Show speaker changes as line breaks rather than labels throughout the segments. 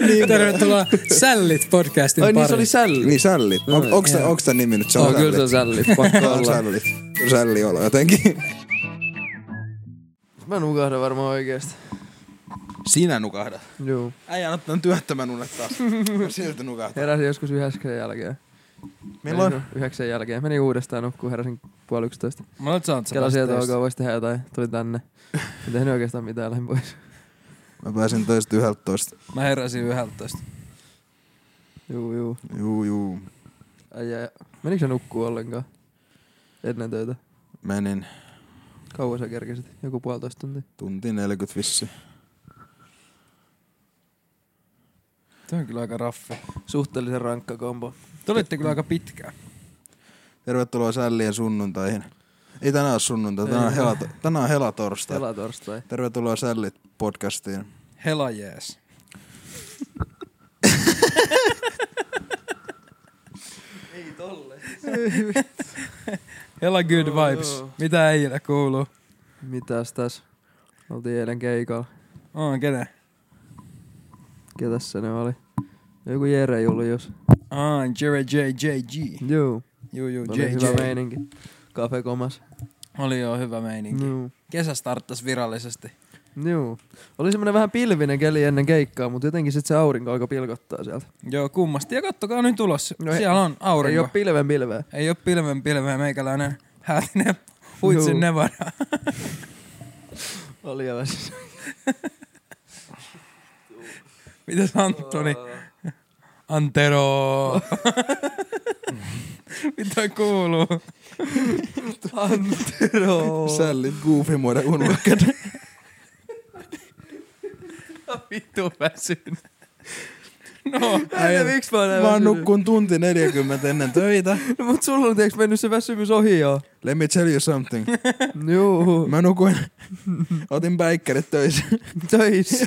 niin, tervetuloa Sällit podcastin
Ai niin, se
pariin.
oli sälli.
Niin sällit. On, onks, tää- onks tän nimi nyt? Se
Joo,
on
kyllä se on sälli. Pakko
on
olla.
sällit. Sälli olo jotenkin.
Mä nukahdan varmaan oikeesti.
Sinä nukahdat.
Joo.
Äijä on ottanut työttömän unet taas. Silti nukahtaa.
Heräsin joskus yhdeksän jälkeen.
Milloin?
Menin Yhdeksän jälkeen. Menin uudestaan nukkuun, heräsin puoli yksitoista.
Mä olet saanut
Kela sieltä, ok, vois tehdä jotain. Tuli tänne. En tehnyt oikeastaan mitään, lähdin pois.
Mä pääsin töistä yhdeltä toista.
Mä heräsin yhdeltästä.
Juu, juu.
Juu, juu.
Ai, ai. Menikö se nukkuu ollenkaan? Ennen töitä.
Menin
Kauan sä kerkisit? Joku puolitoista tuntia.
tunti 40 vissi.
Tuo on kyllä aika raffi.
Suhteellisen rankka kombo.
Te olitte kyllä aika pitkään.
Tervetuloa sällien sunnuntaihin. Ei tänään ole sunnuntai, tänään on,
Ei.
hela, tänään on helatorstai.
Kela torstai.
Tervetuloa sällit podcastiin.
Hela jees.
Ei tolle.
Hela good vibes. Mitä äijillä kuuluu?
Mitäs tässä? Oltiin eilen keikalla.
On, kenen?
Ketäs se ne oli? Joku Jere Julius.
Ah, Jerry J. J. G.
Juu.
Juu, juu, J.
Oli No niin, hyvä
J.
meininki. Kafe komas.
Oli joo, hyvä meininki.
Juu.
Kesä starttas virallisesti.
Juu. Oli semmonen vähän pilvinen keli ennen keikkaa, mutta jotenkin sit se aurinko alkoi pilkottaa sieltä.
Joo, kummasti. Ja kattokaa nyt ulos.
No he-
Siellä on aurinko.
Ei oo pilven pilveä.
Ei oo pilven pilveä meikäläinen häälinen huitsin
Juu.
Nevada.
Oli jäväs.
Mitäs Antoni? Antero. Mitä kuuluu?
Antero.
Sällit goofimuoden unulked.
Vittu väsynyt. No,
Äijä, miksi mä oon näin
Mä oon
väsynyt?
nukkun tunti 40 ennen töitä.
No mut sulla on tiiäks mennyt se väsymys ohi jo.
Let me tell you something.
Juu.
Mä nukuin, otin päikkärit töissä.
Töissä.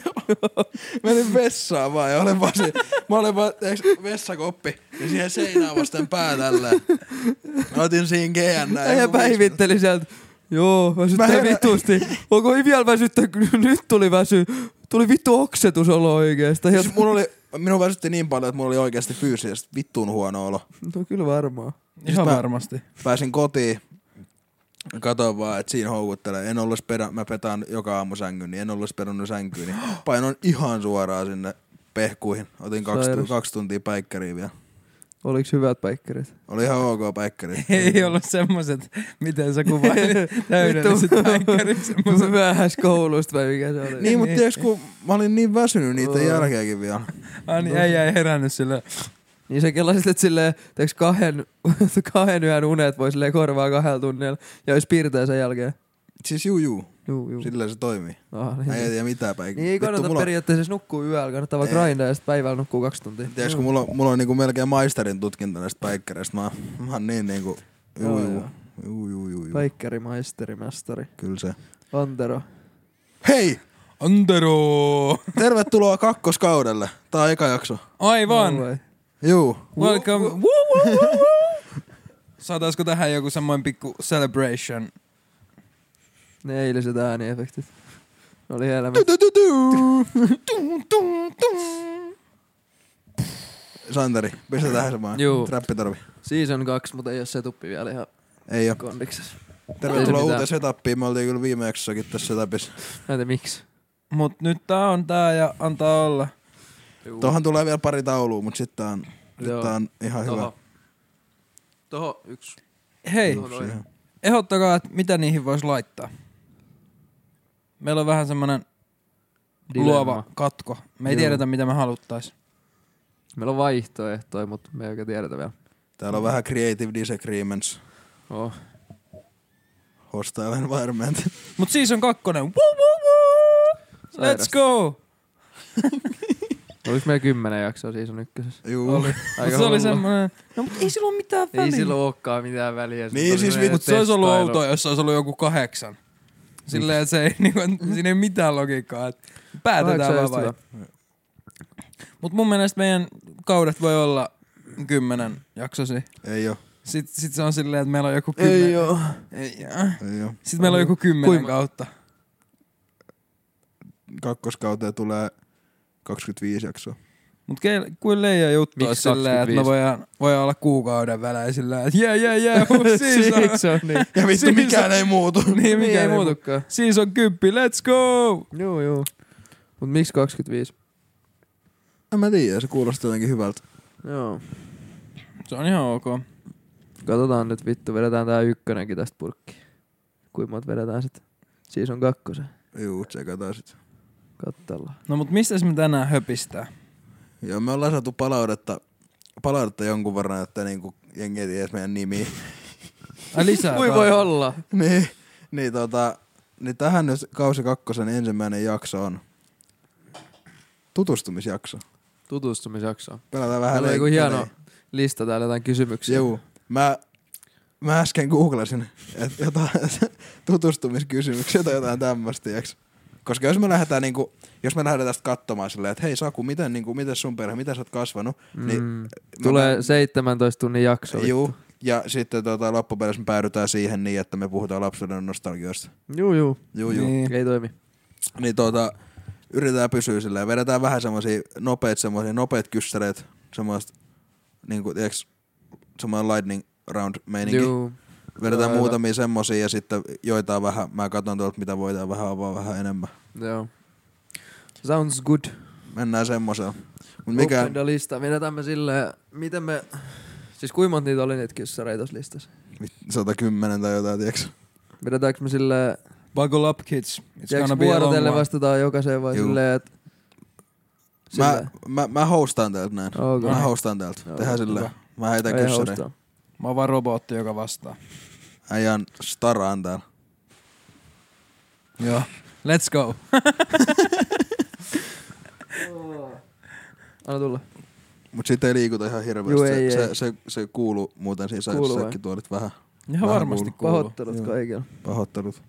Menin vessaan vaan ja olen vaan se, mä olen vaan, tiiäks, vessakoppi. Ja siihen seinään vasten pää tällä. Otin siinä GN näin.
Äijä päivitteli sieltä. Joo, väsyttää
Mä herä-
vitusti. Onko ei vielä väsyttää? Nyt tuli väsy. Tuli vittu oksetusolo oikeesti.
Siis mulla oli, minun väsytti niin paljon, että mulla oli oikeasti fyysisesti vittuun huono olo.
No kyllä varmaan.
ihan
mä-
varmasti.
Pääsin kotiin, katoin vaan, että siinä houkuttelee. En ollut perä, mä petaan joka aamu sängyn, niin en ollut perunut sänkyyn. Niin painoin ihan suoraan sinne pehkuihin. Otin kaksi, tu-
Sairas.
kaksi tuntia päikkäriä vielä.
Oliks hyvät päikkerit?
Oli ihan ok päikkäri.
Ei ollut semmoset, miten sä kuvailit täydelliset
Vittu.
päikkärit. Semmoset.
Myöhäis koulusta vai mikä se oli?
Niin, mutta
Niin.
tiiäks, kun mä olin niin väsynyt niiden
Joo.
jälkeenkin vielä.
Ani niin, ei jäi herännyt sille.
Niin se kelasit, että silleen, teeks kahden, kahden yön unet voi silleen korvaa kahdella tunnilla ja olisi piirteä sen jälkeen.
Siis juu juu,
Juu, juu.
sillä se toimii.
Aha,
Mä en
niin.
tiedä mitään päikkäriä.
niin ei kannata periaatteessa nukkua yöllä, kannattaa vaan
Ei.
grindaa ja sitten päivällä nukkuu kaksi tuntia.
Tiedätkö, kun mulla, on- mulla on niinku melkein maisterin tutkinto näistä päikkäreistä. Mä, mä oon niin niinku... Juu,
Joo,
juu,
joo.
juu, juu, juu, juu.
Päikkäri, maisteri, mestari.
Kyllä se.
Antero.
Hei!
Antero!
Tervetuloa kakkoskaudelle. Tää on eka jakso.
Aivan!
No vai?
Juu.
Welcome! Saataisko tähän joku semmoinen pikku celebration?
Ne eiliset ääniefektit. Ne oli elämä.
Tu, tu, tu, tu. Santeri, pistä tähän semmoinen
Juu.
trappitorvi.
Season 2, mutta ei ole se tuppi vielä ihan
Ei oo.
kondiksessa. Ei
Tervetuloa
se
uuteen
mitään.
setappiin. Me oltiin kyllä viime jaksossakin tässä setupissa.
Mä en tiedä miksi.
Mut nyt tää on tää ja antaa olla.
Tuohon tulee vielä pari taulua, mutta sitten tää on, sit
Joo.
tää on ihan hyvä.
Toho. Toho yksi.
Hei,
Joo. noin.
Siihen.
ehdottakaa, että mitä niihin voisi laittaa. Meillä on vähän semmonen
Dilemma.
luova katko. Me ei
Joo.
tiedetä, mitä me haluttais.
Meillä on vaihtoehtoja, mutta me ei oikein tiedetä vielä.
Täällä on vähän creative disagreements.
Oh.
Hostile environment.
Mut siis on kakkonen. Woo, woo, woo.
Sairasta.
Let's go!
Oliko meillä kymmenen jaksoa season ykkösessä?
Juu.
Oli.
Aika
se oli
hullua.
semmonen. No mut ei sillä oo mitään väliä.
Ei sillä olekaan mitään väliä.
Niin, siis
meidän
Mut se olisi ollut
testailu.
outoa, jos se olisi ollut joku kahdeksan. Silleen, että se ei, niinku, siinä ei mitään logiikkaa. että Päätetään
Kahdeksan
vaan
just
vai.
hyvä.
Mut mun mielestä meidän kaudet voi olla kymmenen jaksosi.
Ei oo.
Sitten sit se on silleen, että meillä on joku kymmenen.
Ei oo.
Ei, äh.
Ei oo.
Sitten meillä on joku kymmenen
Kuinka-
kautta.
Kakkoskauteen tulee 25 jaksoa.
Mutta kuin leija juttu
Miksi
silleen, että me
25?
voidaan, voidaan olla kuukauden välein sillä, että jää, jää, jää, siis on,
Siis on niin.
Ja vittu,
Siis-
mikään ei muutu.
niin,
Niin,
mikä
ei muutukaan.
Siis on kymppi, let's go!
Joo, joo. Mut miksi 25?
En mä tiedä, se kuulostaa jotenkin hyvältä.
Joo.
Se on ihan ok.
Katsotaan nyt vittu, vedetään tää ykkönenkin tästä purkkiin. Kuinka monta vedetään sit? Siis on kakkosen.
Juu, tsekataan sit.
Kattellaan.
No mut mistä me tänään höpistää?
Joo, me ollaan saatu palautetta, palautetta jonkun verran, että niinku jengi ei tiedä edes meidän nimi.
Ai lisää.
Kui
vaan.
voi olla?
niin, niin tota, niin tähän nyt kausi kakkosen ensimmäinen jakso on tutustumisjakso.
Tutustumisjaksoa.
Pelataan vähän
Täällä on joku
leikkejä.
hieno lista täällä jotain kysymyksiä.
Juu. Mä, mä äsken googlasin et jotain tutustumiskysymyksiä tai jotain tämmöistä, tiiäks. Koska jos me lähdetään, niinku, jos me lähdetään tästä katsomaan silleen, että hei Saku, miten, niinku, miten sun perhe, miten sä oot kasvanut? Niin,
Mm.
mä-
Tulee 17 tunnin jakso. vittu.
Juu. Ja sitten tota, loppupeleissä me päädytään siihen niin, että me puhutaan lapsuuden nostalgioista.
Juu, juu.
Juu, juu. Niin,
Niin.
Ei toimi.
niin tota, yritetään pysyä silleen. Vedetään vähän semmosia nopeet, semmosia nopeet kyssäreet. Semmoista, niinku, tiiäks, semmoinen lightning round meininki.
Juu.
Vedetään
Aivan.
muutamia semmosia ja sitten joitain vähän, mä katson tuolta mitä voidaan vähän avaa vähän enemmän.
Joo. Sounds good.
Mennään semmoisella. Mut
Mikä?
mikä,
Open the lista. Vedetään me silleen, miten me... Siis kuinka monta niitä oli niitä kyssäreitä tuossa listassa?
mit- 110 tai jotain, tiiäks?
Vedetäänkö me silleen,
Buckle up kids. It's
tiedätkö
gonna be a long
vuorotelle
one.
vastataan jokaiseen vai
Juu.
silleen, että...
Mä, mä, mä hostaan täältä näin.
Okay.
Mä hostaan täältä.
Joo,
Tehdään silleen. Mä heitän
Ei
kyssäriin.
haustaa.
Mä oon vaan robotti, joka vastaa.
Äijän staraan täällä.
Joo. Let's go.
Anna tulla.
Mut sit ei liikuta ihan hirveästi.
Juu,
se,
ei,
se,
ei.
se, se, kuuluu muuten siinä
Kuuluu
säkin
vai?
tuolit vähän
Ihan
Vähän
varmasti kuuluu.
Pahoittelut
Joo.
kaikilla.
pahoittelut.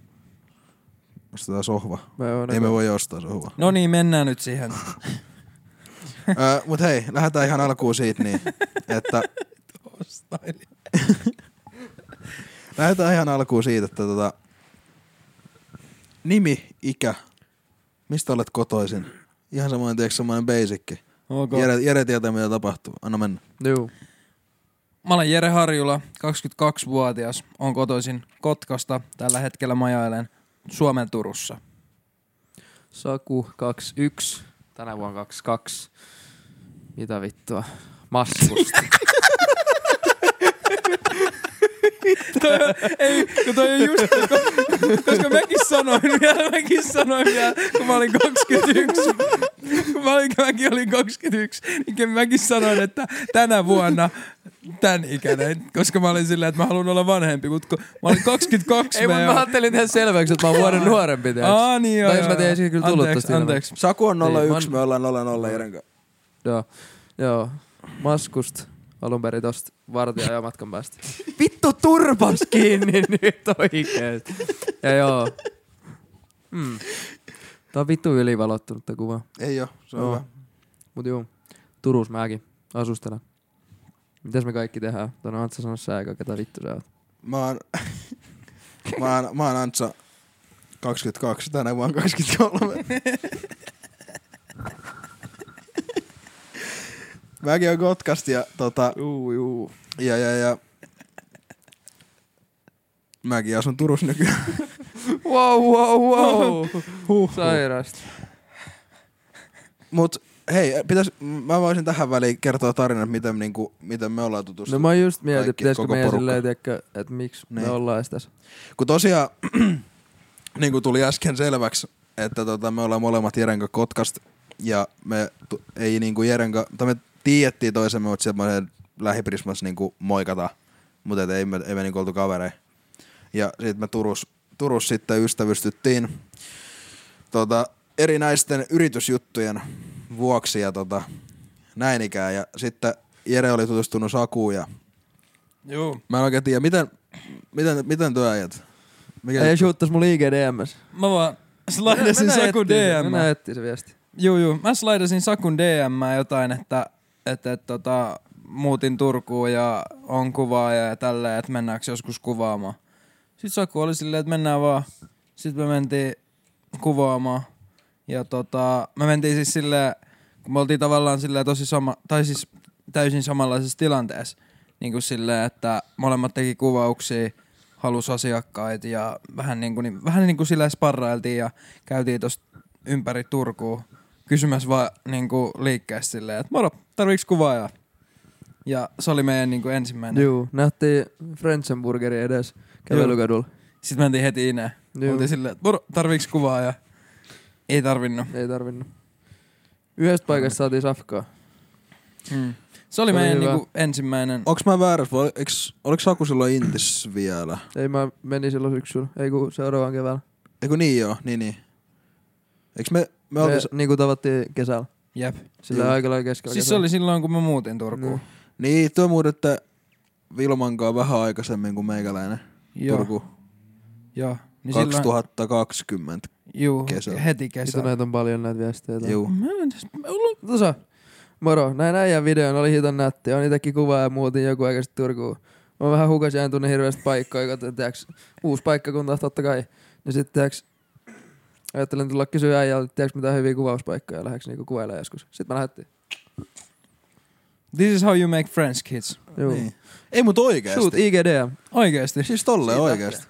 Ostetaan sohva.
Mä oon
Ei me voi ostaa sohvaa.
No niin, mennään nyt siihen.
Ö, mut hei, lähdetään ihan alkuun siitä niin, että Lähdetään ihan alkuun siitä, että tota, nimi, ikä, mistä olet kotoisin? Ihan semmoinen, tiedätkö, semmoinen basicki.
ok.
Jere, Jere tietää, mitä tapahtuu. Anna mennä.
Juu.
Mä olen Jere Harjula, 22-vuotias. Oon kotoisin Kotkasta. Tällä hetkellä majailen Suomen Turussa.
Saku 21. Tänä vuonna 22. Mitä vittua? Maskusta.
Ei, kun toi on just, kun- koska mäkin sanoin vielä, mäkin sanoin vielä, kun mä olin 21, kun mä olin, mäkin olin 21, niin mäkin sanoin, että tänä vuonna tän ikäinen, koska mä olin silleen, että mä haluan olla vanhempi, mutta kun mä olin 22,
Ei, mutta mä ajattelin tehdä selväksi, että mä oon vuoden nuorempi, tiiäks?
Aa, niin joo,
Tai
joo,
mä tein
joo.
siitä kyllä tullut
Anteeksi,
tosta ilman.
Anteeksi,
Saku on
Ei,
01,
vaan-
me ollaan 00 Jeren kanssa.
Joo. Joo. Maskust alun perin tosta vartija ja matkan päästä. Vittu turpas kiinni nyt oikeet. Ja joo. Mm. Tää on vittu ylivalottunutta kuvaa.
Ei oo, se on
Joo.
hyvä.
Mut juu, Turus mäkin asustelen. Mitäs me kaikki tehdään? Tuonne Antsa sano sä aika, ketä vittu sä oot.
Mä oon, mä oon, mä oon Antsa 22, tänä vuonna 23. Mäkin on Kotkasta ja tota,
Juu, juu.
Ja, ja, ja. Mäkin asun Turussa nykyään.
Wow, wow, wow. Sairasta.
Mut hei, pitäis, mä voisin tähän väliin kertoa tarinan, miten, niinku, miten me ollaan tutustu.
No mä just mietin,
Kaikki,
pitäisikö
koko
meidän
porukka.
silleen, tiedäkö, että miksi me
Niin.
ollaan edes tässä.
Kun tosiaan, niin kuin tuli äsken selväksi, että tota, me ollaan molemmat Jerenka Kotkasta. Ja me tu- ei niinku Jerenka, tai me tiedettiin toisemme, mutta semmoisen lähiprismassa niinku moikata. Mutta ei me, ei me niinku oltu kavereja. Ja sitten me Turus, Turus sitten ystävystyttiin tota, erinäisten yritysjuttujen vuoksi ja tota, näin ikään. Ja sitten Jere oli tutustunut Sakuun ja
Joo.
mä en oikein tiedä, miten, miten, miten työ ajat? Mikä
Ei shoottas mun IG DMS.
Mä vaan slidasin
Mennään
Sakun
etsiä se,
DM.
Mennään etsiä se viesti.
Juu, juu. Mä slidasin Sakun DM jotain, että, että, että tota, muutin Turkuun ja on kuvaaja ja tälleen, että mennäänkö joskus kuvaamaan. Sitten Saku oli silleen, että mennään vaan. Sitten me mentiin kuvaamaan. Ja tota, me mentiin siis silleen, kun me oltiin tavallaan sillä tosi sama, tai siis täysin samanlaisessa tilanteessa. Niin kuin silleen, että molemmat teki kuvauksia, halus asiakkaita ja vähän niin kuin, niin, vähän niin kuin sillä sparrailtiin ja käytiin tuosta ympäri Turkuun kysymässä vaan niin kuin liikkeessä silleen, että moro, tarviiks kuvaajaa? Ja se oli meidän niin kuin ensimmäinen.
Juu, nähtiin Frenzenburgerin edes kävelykadulla.
Sitten mentiin heti ineen.
Juu.
Oltiin silleen, että moro, tarviiks kuvaajaa? Ei tarvinnut.
Ei tarvinnut. Yhdestä paikasta saatiin safkaa.
Mm. Se oli
Se oli
meidän
hyvä.
niinku ensimmäinen...
Onks mä väärässä vai oliks, oliks Saku silloin Intis vielä?
Ei mä meni silloin syksyllä, ei kun seuraavan keväällä.
Eiku niin joo, niin niin. Eiks me, me
Me,
oltiin...
niinku tavattiin kesällä,
Jep.
sillä
Juu.
aika lailla keskellä
Siis se
kesää.
oli silloin, kun mä muutin Turkuun.
Niin, tuo muuten, että Vilmankaa vähän aikaisemmin kuin meikäläinen
Joo,
Turku.
joo. Niin silloin,
2020.
juu,
kesällä.
heti
Vittu
kesällä.
näitä on paljon näitä viestejä. täällä.
Juu.
Mä en edes... mä ollut-
Tuossa. Moro, näin äijän videon, oli hiton nätti. On itekin kuva ja muutin joku aika sitten Turkuun. Mä oon vähän hukas ja en tunne hirveästi paikkoja, katsoin, tiiäks, uusi paikkakunta totta kai. Ja sitten tiiäks, ajattelin tulla kysyä äijältä, tiiäks mitä hyviä kuvauspaikkoja, lähdeks niinku kuvailemaan joskus. Sitten mä lähdettiin.
This is how you make friends, kids.
Juu.
Niin. Ei mut
Shoot
oikeesti.
IGDM.
Oikeesti.
Siis tolle
Siitä
oikeesti.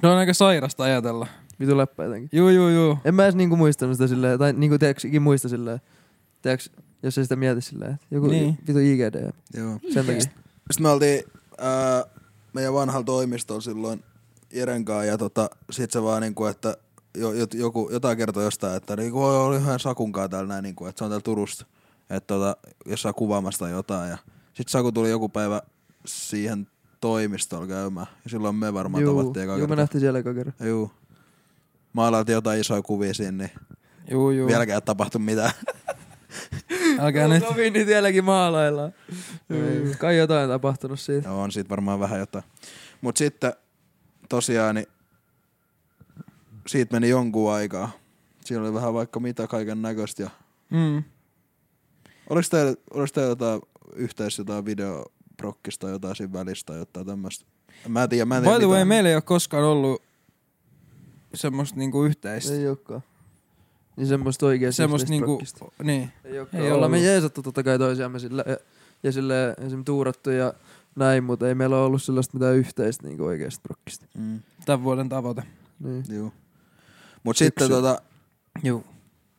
Se on aika sairasta ajatella.
Vitu läppä jotenkin.
Juu, juu, juu.
En mä edes niinku muistanut sitä silleen, tai niinku tiiäks ikin muista silleen. Tiiäks, jos ei sitä mieti silleen. että Joku
Niin.
vitu IGDM.
Joo.
Sen takia.
Sitten me oltiin ää, meidän vanhalla toimistolla silloin Jeren kanssa ja tota, sit se vaan niinku, että jo, jo, joku, jotain kertoi jostain, että niinku, "Oi, oli yhden Sakunkaan täällä näin, niinku, että se on täällä Turusta, että tota, jossain kuvaamassa tai jotain. Ja sit Saku tuli joku päivä siihen toimistolla käymään ja silloin me varmaan
Juu,
tavattiin eka
juu, me
kertaa.
nähtiin siellä eka kerran.
Juu. Maalailtiin jotain isoja kuvia sinne, niin
Juu, juu.
vieläkään ei tapahtu mitään.
Älkää nyt.
Sovi no niin, nyt vieläkin maalaillaan. Kai jotain tapahtunut siitä.
Joo, on siitä varmaan vähän jotain. Mut sitten tosiaan, niin siitä meni jonkun aikaa. Siinä oli vähän vaikka mitä kaiken näköistä. Ja...
Mm.
Oliko teillä, oliko teillä jotain yhteistä jotain videoprokkista jotain siinä välistä tai jotain tämmöistä? Mä en tiedä, mä en tiedä
By the way,
mitään.
meillä ei ole koskaan ollut semmoista niinku yhteistä.
Ei olekaan. Niin semmoista oikeesti.
Semmoista
yhteistä
niinku...
prokkista.
Niin.
Ei, olekaan.
ei
Ollaan me
ollut.
jeesattu totta kai toisiamme sillä, ja, ja sille esim. tuurattu ja näin, mutta ei meillä ole ollut sellaista mitään yhteistä niinku oikeasta prokkista.
Mm,
Tämän vuoden tavoite.
Niin.
juu. Mut sitten
Syksyllä.
tota,
Juu.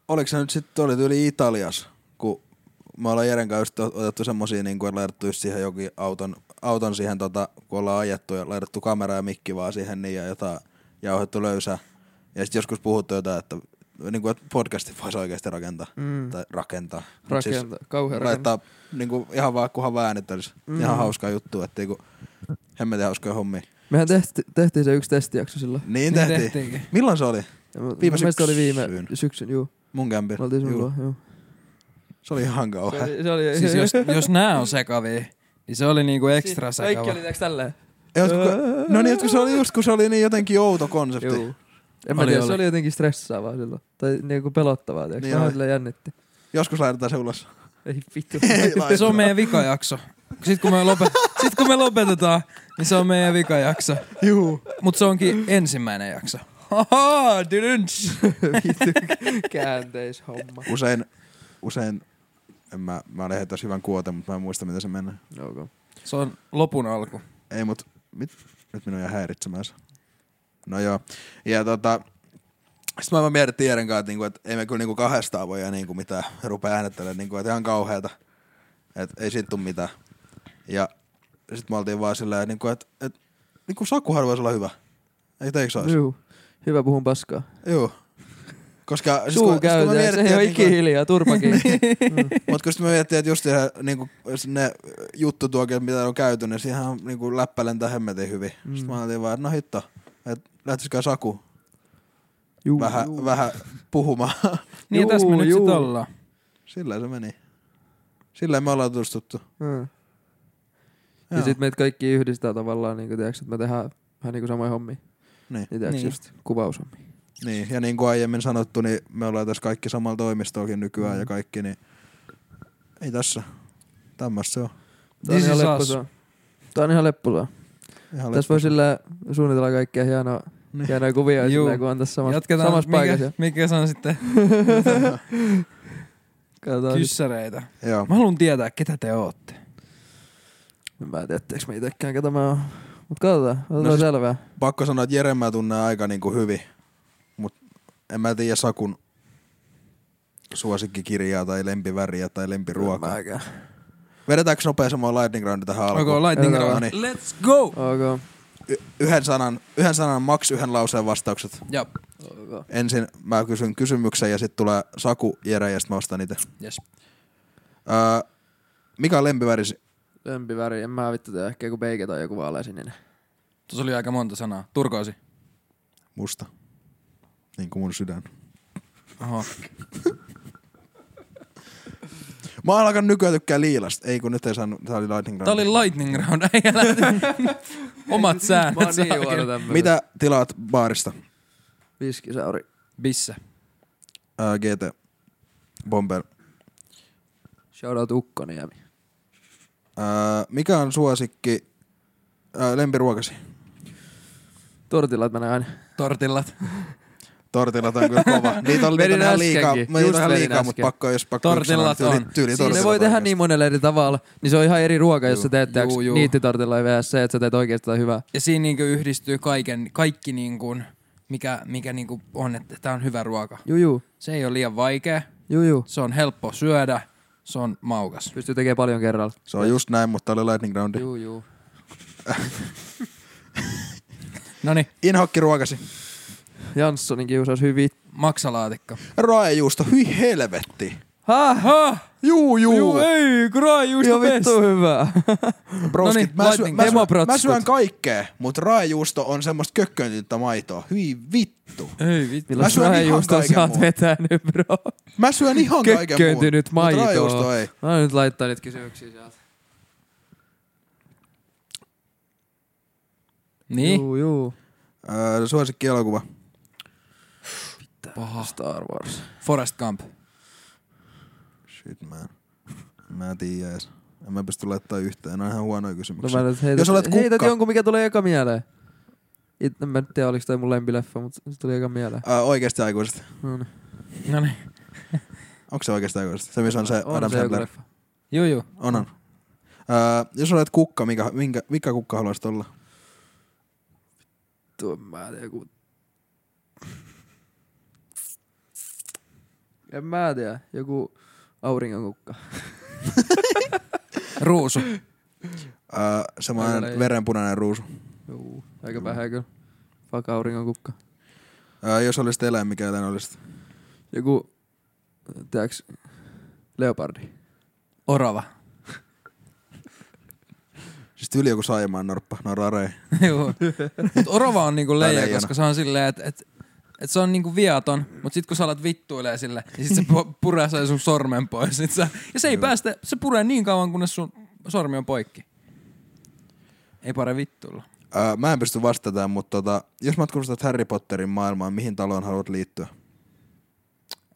oliko se nyt sitten, olit yli Italias, kun me ollaan Jeren kanssa just otettu semmosia, niin kuin laitettu just siihen jokin auton, auton siihen, tota, kun ollaan ajettu ja laitettu kamera ja mikki vaan siihen niin, ja jotain jauhettu löysää. Ja sitten joskus puhuttu jotain, että, niin kuin, että podcastit voisi oikeasti rakentaa.
Mm.
Tai rakentaa. Mut
Rakentaa, kauhean
Siis,
rakentaa.
laittaa niin kuin, ihan vaan kunhan väänittelisi. Mm. Ihan hauska juttu, että niin kuin, hemmetin hauskoja hommia.
Mehän tehti, tehtiin se yksi testijakso silloin.
Niin
Niin
tehtiin.
tehtiinkin.
Milloin se oli?
Ja mun- mun
Viime
mielestä se oli viime
syksyn.
syksyn, juu.
Mun kämpillä.
Me oltiin sun
Juu.
luo, juu.
Se oli ihan kauhea.
Se oli, se oli,
Siis jos, jos nää on sekavia, niin se oli niinku ekstra
Siis Kaikki
sekava.
oli tiiäks tälleen.
Jotkut, no niin, kun se oli just, kun se oli niin jotenkin outo konsepti.
Joo. En mä
Oli,
tiedä, se
oli.
oli jotenkin stressaavaa silloin. Tai niinku pelottavaa, tiiäks.
Niin
Vähän
oli.
silleen jännitti.
Joskus laitetaan se ulos.
Ei vittu.
Se on meidän vikajakso. Sitten kun, me lopet- sit kun me lopetetaan, niin se on meidän vikajakso.
Juu.
Mutta se onkin ensimmäinen jakso. Haha, dydynts.
vittu käänteishomma.
Usein, usein, en mä, mä olin heittäis hyvän kuoten, mutta mä en muista, miten se menee.
Okay.
Se on lopun alku.
Ei, mut mit, nyt minun jää häiritsemään se. No joo. Ja tota, sitten mä vaan mietin Tieren kanssa, että, niinku, että ei me kyllä niinku kahdestaan voi ja niinku mitään rupea äänettelemään, niinku, että ihan kauheeta. Että ei sit tuu mitään. Ja sitten me oltiin vaan silleen, niinku, että, että niinku Sakuhan voisi olla hyvä. Ei teiks ois?
Juu. Hyvä puhun paskaa.
Joo. Koska siis
Suu
kun, siis kun
käy,
me
tiiäks,
mietittiin,
ei ole
että,
ikihiljaa,
niinku,
hiljaa, turpakin.
mut kun sit me mietittiin, että just ihan, niinku, ne juttutuokiot, mitä on käyty, niin siihen on niinku, läppä lentää hemmetin hyvin. Mm. Sitten mä ajattelin vaan, että no hitto, että lähtisikö Saku
Juu,
vähän,
juu.
vähän puhumaan.
Niin
Juu,
juu, tässä me nyt
juu.
sit ollaan.
Sillä se meni. Sillä me ollaan tutustuttu.
Mm. Ja
Joo.
sit meitä kaikki yhdistää tavallaan, niin tiiäks, että me tehdään vähän niinku samoja hommia.
Niin.
Niin tiiäks,
Niin.
just kuvaushommia.
niin. Ja niin kuin aiemmin sanottu, niin me ollaan tässä kaikki samalla toimistollakin nykyään mm. ja kaikki, niin ei tässä. Tämmöstä se on.
Tää on
This
ihan
is us.
lepposaa. Tää on ihan lepposaa.
Ihan
Tässä voi sillä sillä kaikkia hienoa,
Niin.
hienoja kuvia,
Juu.
sillä, kun on tässä samassa,
Jatketaan.
samassa paikassa.
mikä, mikä se on sitten?
Katsotaan nyt.
Kyssäreitä.
Joo.
Mä haluan tietää, ketä te ootte.
En mä tiedä, etteikö mä itekään ketä mä oon. Mut katsotaan, otetaan
No
no
siis-
siis... selvää.
Pakko sanoa, että Jeren mä tunnen aika niinku hyvin, mut en mä tiedä Sakun suosikkikirjaa tai lempiväriä tai
En
lempiruokaa.
mäkään.
Vedetäänkö nopea sama lightning round tähän alkuun?
Onko lightning
Joo,
round?
no niin.
Let's go!
Ok,
Y- yhden sanan, yhden sanan, maks yhden lauseen vastaukset.
Ja,
ok.
Ensin mä kysyn kysymyksen ja sitten tulee Saku, Jere ja sit mä ostan niitä.
yes.
Öö, mikä on lempivärisi?
Lempiväri, en mä vittu tiedä, ehkä joku beike tai joku vaaleasininen.
Tuossa oli aika monta sanaa. Turkoosi.
Musta. Niin kuin mun sydän.
Oho.
Mä oon alkanut nykyään tykkää liilasta. Ei kun nyt ei saanut, tää oli lightning round.
Tää oli lightning round. Ei lähtenyt. Omat säännöt.
Mä oon niin
saakeli.
huono tämmönen.
Mitä tilaat baarista?
Viskisauri.
Bisse.
Öö, GT. Bomber.
Shoutout Ukkoniemi.
Öö, mikä on suosikki? Öö, lempiruokasi.
Tortilat menee aina.
Tortillat.
Tortillat on kyllä kova. Niitä on, niitä
Vedin
on ihan liikaa,
äskenkin.
niitä on
Just
ihan
vedin
liikaa mutta
äsken.
pakko, jos pakko yksi
Tortillat
sanoa,
on.
tyyli, tyyli
Siinä
tortillat
voi tehdä
oikeasti.
niin monella eri tavalla, niin se on ihan eri ruoka, jos sä teet
Juu,
teoks
juu.
niittitortilla vs. se, että sä teet oikeasti jotain hyvää.
Ja siinä niinku yhdistyy kaiken, kaikki niinku, mikä, mikä niinku on, että tää on hyvä ruoka.
Juu, juu,
Se ei ole liian vaikea.
juu, juu.
Se on helppo syödä. Se on maukas.
Pystyy tekemään paljon kerralla.
Se on just näin, mutta tää oli lightning roundi.
Juu, juu.
Noniin,
Inhokki ruokasi.
Janssonin kiusaus hyvin.
maksalaatikko.
Raejuusto, hyi helvetti.
Ha, ha!
Juu, juu.
Juu,
eh.
ei, kuraa just
Ihan vittu hyvää. No
Broskit,
niin,
Noniin,
mä, syö,
lightning
mä, syön,
round.
mä syön kaikkea, mutta raejuusto on semmoista kökköntintä maitoa. Hyi vittu.
Ei vittu.
Milloin
syön ihan
rahejuustoa
kaiken
sä oot
muun.
vetänyt, bro?
Mä syön ihan kaiken muun,
Kökkööntynyt
mut
maitoa.
raejuusto ei.
Mä nyt laittaa niitä kysymyksiä sieltä.
Niin?
Juu, juu.
Öö, suosikki elokuva.
Paha.
Star Wars.
Forest Gump.
Shit man. Mä en tiedä edes. En mä pysty laittaa yhtään. Nämä on ihan huonoja
No
kysymyksiä.
mä nyt heität,
Jos olet kukka.
heität jonkun, mikä tulee eka mieleen. It, en mä nyt tiedä, oliko toi mun lempileffa, mutta se tuli eka mieleen.
Öö, oikeasti aikuiset.
No niin.
Noniin.
Onko se oikeasti aikuiset? Se missä on se Adam
se joku
Sandler.
leffa.
Juu, juu.
Onhan. Öö, jos olet kukka, mikä, minkä, mikä kukka haluaisit olla?
Tuo en mä tiedä, joku... En mä tiedä, joku auringonkukka.
Ruusu.
Öö, semmoinen
Aika
verenpunainen ruusu.
Juu, aika vähän kyllä. Fuck auringonkukka.
Öö, jos olisit eläin, mikä eläin olisit?
Joku, tiedäks, leopardi.
Orava.
Siis yli joku saimaan norppa. No rarei.
Juu. Mut orava on niinku
Tai
leija,
leijona.
koska se on silleen, että et, et se on niinku viaton, mut sit kun sä alat vittuilee sille, niin sit se pu- puree sen sun sormen pois. Sit sä, ja se ei päästä, se puree niin kauan, kunnes sun sormi on poikki. Ei pare vittuilla.
Öö, mä en pysty vastaamaan, mutta tota, jos matkustat Harry Potterin maailmaan, mihin taloon haluat liittyä?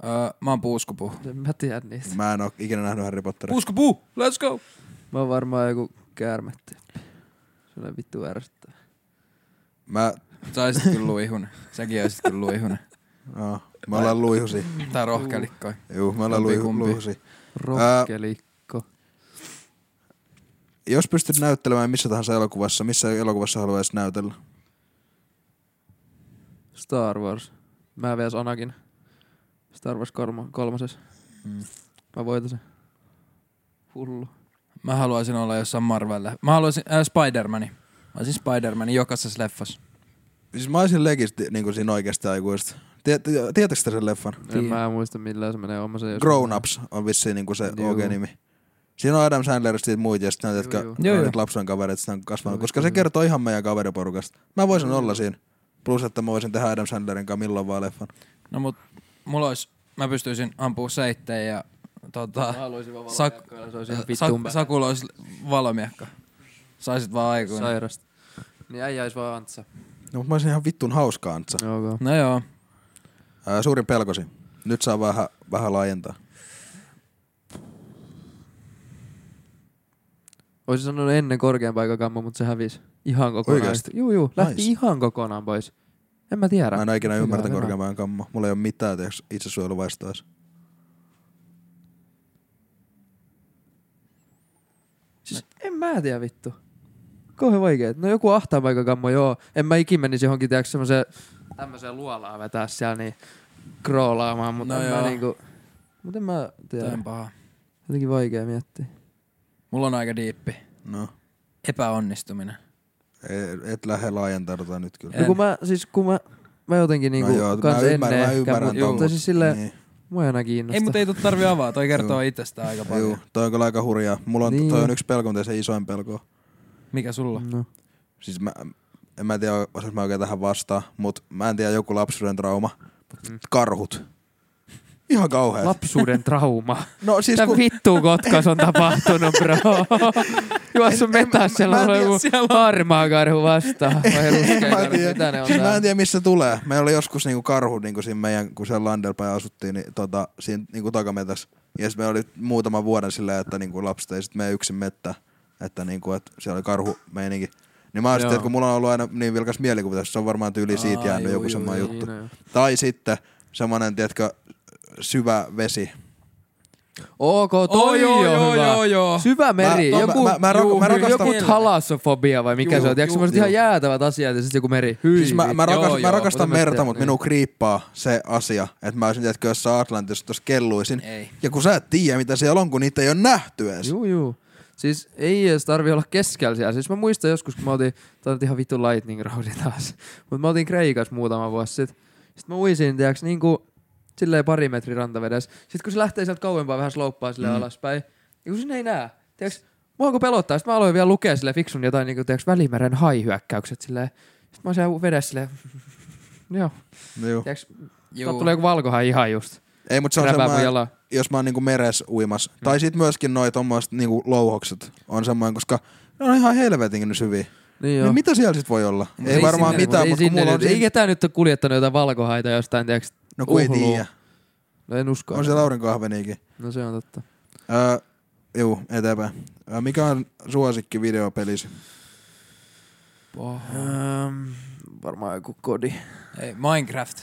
Öö, mä oon puuskupuu.
En mä tiedä niistä.
Mä en oo ikinä nähnyt Harry Potteria.
Puuskupuu, let's go!
Mä oon varmaan joku käärmetti. Se on vittu ärsyttävä.
Mä,
Sä oisit kyllä luihunen. Säkin oisit kyllä luihunen.
no, mä ollaan luihusi.
Tai rohkelikkoi.
Juu, mä ollaan
Kumpi,
luihu,
kumpi?
luihusi.
Rokkelikko.
Jos pystyt näyttelemään missä tahansa elokuvassa, missä elokuvassa haluaisit näytellä?
Star Wars. Mä vs Anakin. Star Wars kolma, kolmosessa.
Mm.
Mä voitan sen. Hullu.
Mä haluaisin olla jossain Marvella. Mä haluaisin äh, Spider-Mani. Mä olisin Spider-Manin jokaisessa leffassa.
Siis mä olisin legisti niin kuin siinä oikeasta aikuista. Tie- tie- Tiedättekö te sen leffan?
En
Tiedä.
mä en muista millään se menee. Oma se jos-
Grown Ups on vissiin niin kuin se
Juu.
oikea nimi. Siinä on Adam Sandler ja muita, ja sitten näitä, jotka
Juu,
juu.
on
Juu,
nyt
juu.
lapsuuden kavereita, sitä on kasvanut,
Joo,
koska
vittu,
se
joo.
kertoo ihan meidän kaveriporukasta. Mä voisin
Juu,
olla
juu.
siinä. Plus, että mä voisin tehdä Adam Sandlerin kanssa milloin vaan leffan.
No mut mulla ois, mä pystyisin ampuu seitteen ja tota,
Mä haluaisin vaan
Sak-
valamiekkoilla, se olisi ihan vittuun
sak- Sakulla ois valomiekka. Saisit vaan aikuinen.
Sairasta. Niin äijä olisi vaan Antsa.
No, mutta mä olisin ihan vittun hauska Antsa.
Okay.
No joo.
Ää, suurin pelkosi. Nyt saa vähän, vähän laajentaa.
Oisin sanonut ennen korkean paikan kammo, mutta se hävisi. Ihan kokonaan.
Oikeesti?
Juu, juu. Lähti
Nice.
ihan kokonaan pois. En mä tiedä.
Mä en ole ikinä
Hyvä,
ymmärtänyt
hyvä.
korkeamman kammo. Mulla ei ole mitään teoks- itsesuojeluvaistoa. edes.
Siis En mä tiedä vittu. Kauhean vaikea. No joku ahtaapaikakammo, joo. En mä ikin menisi johonkin, tiedätkö, semmoiseen tämmöiseen luolaan vetää siellä niin kroolaamaan, mutta
No
no en
joo.
mä niinku... Mut en mä
Tämä
tiedä.
on paha.
Jotenkin vaikea miettiä.
Mulla on aika diippi.
No,
Epäonnistuminen.
ei- et lähde laajentamaan tota nyt kyllä.
No kun mä, siis kun mä, mä jotenkin niinku
No joo, mä
kans
ymmärrän-
ennen
mä
ehkä,
ymmärrän
mut- juu,
ton,
mutta siis silleen,
Niin.
mua ei aina kiinnosta.
Ei, mutta ei tot tarvi avaa. Toi kertoo
Juu.
itsestä aika
Juu,
paljon.
toi on kyllä aika hurjaa. Mulla on,
Niin.
toi on yksi pelko, mutta ei se isoin pelko.
Mikä sulla?
No.
Siis mä, en mä tiedä, osaanko mä oikein tähän vastaan, mutta mä en tiedä, joku lapsuuden trauma. Mut
Mm.
Karhut. Ihan kauheat.
Lapsuuden trauma.
no siis
Mitä
kun...
vittu kotkas on tapahtunut, bro? Juossu metässä, siellä
mä en
on
tiedä,
joku harmaa karhu vastaan. Vai ruskea
En mä
karhu,
tiedä.
mitä ne on
Siis mä
täällä?
en tiedä, missä tulee. Meillä oli joskus niinku karhu, niinku siinä meidän, kun siellä Landelpäin asuttiin, niin tota, siinä niinku takametässä. Ja sitten meillä oli muutama vuoden silleen, että niinku lapset ei sit mene yksin mettä. Että niinku, et siellä oli karhu meininki. Niin mä ajattelin,
Joo.
että kun mulla on ollut aina niin vilkas mielikuva, että se on varmaan tyyli siitä
Aa,
jäänyt
juu,
joku
juu,
sama
juu,
juttu.
Niin, no joo.
Tai sitten semmonen, tiedätkö, syvä vesi.
Ok, toi
joo,
on
joo,
hyvä.
joo, joo.
Syvä meri.
Mä- toi-
joku,
mä- mä- mä rak-
juu,
mä rakastan-
joku
Kyllä.
talassofobia vai mikä
Juu,
se on. Tiedätkö,
juu,
semmoiset ihan
juu.
jäätävät asiat ja sitten joku meri. Hyi.
Siis mä, mä,
Joo,
rakastan,
joo,
mä rakastan
mutta mä
merta,
tiedän,
mutta
niin.
minua kriippaa se asia, että mä olisin tiedätkö, jossain Atlantissa tuossa kelluisin.
Ei.
Ja kun sä et tiedä, mitä siellä on, kun niitä ei ole nähty edes.
Juu, juu. Siis ei edes tarvi olla keskellä siellä. Siis mä muistan joskus, kun mä otin, tää nyt ihan vittu lightning roudi taas, mutta mä otin Kreikas muutama vuosi sit. Sitten mä uisin, tiiäks, niinku silleen pari metri rantavedessä. Sitten kun se lähtee sieltä kauempaa vähän slouppaa silleen mm. alaspäin, niin kun sinne ei näe, tiiäks, mua alkoi pelottaa. Sitten mä aloin vielä lukea sille fiksun jotain, niinku tiiäks, välimeren haihyökkäykset silleen. Sitten mä oon siellä vedessä silleen, joo,
Juu.
tiiäks,
Juu.
tulee joku valkohan ihan just.
Niin Ei, mutta se on
Räpää mun
semmoinen,
jalaa.
jos mä oon niinku meres uimassa. Mm. Tai sit myöskin noi tommoset niinku louhokset on semmoinen, koska ne on ihan helvetin niinku syviä.
Niin
Niin mitä siellä sit voi olla?
Mut
Ei,
ei
varmaan
sinne-
mitään,
ei,
mutta kun
sinne
mulla on...
nyt, ei ketään nyt ole kuljettanut jotain valkohaita jostain, tiiäks,
no kun ei
uhluu.
tiedä.
No en usko.
On siellä aurinkoahveniikin.
No se on totta.
Öö, juu, eteenpäin. Öö, mikä on suosikki videopelisi?
Paha.
Ähm, varmaan joku kodi.
Ei, Minecraft.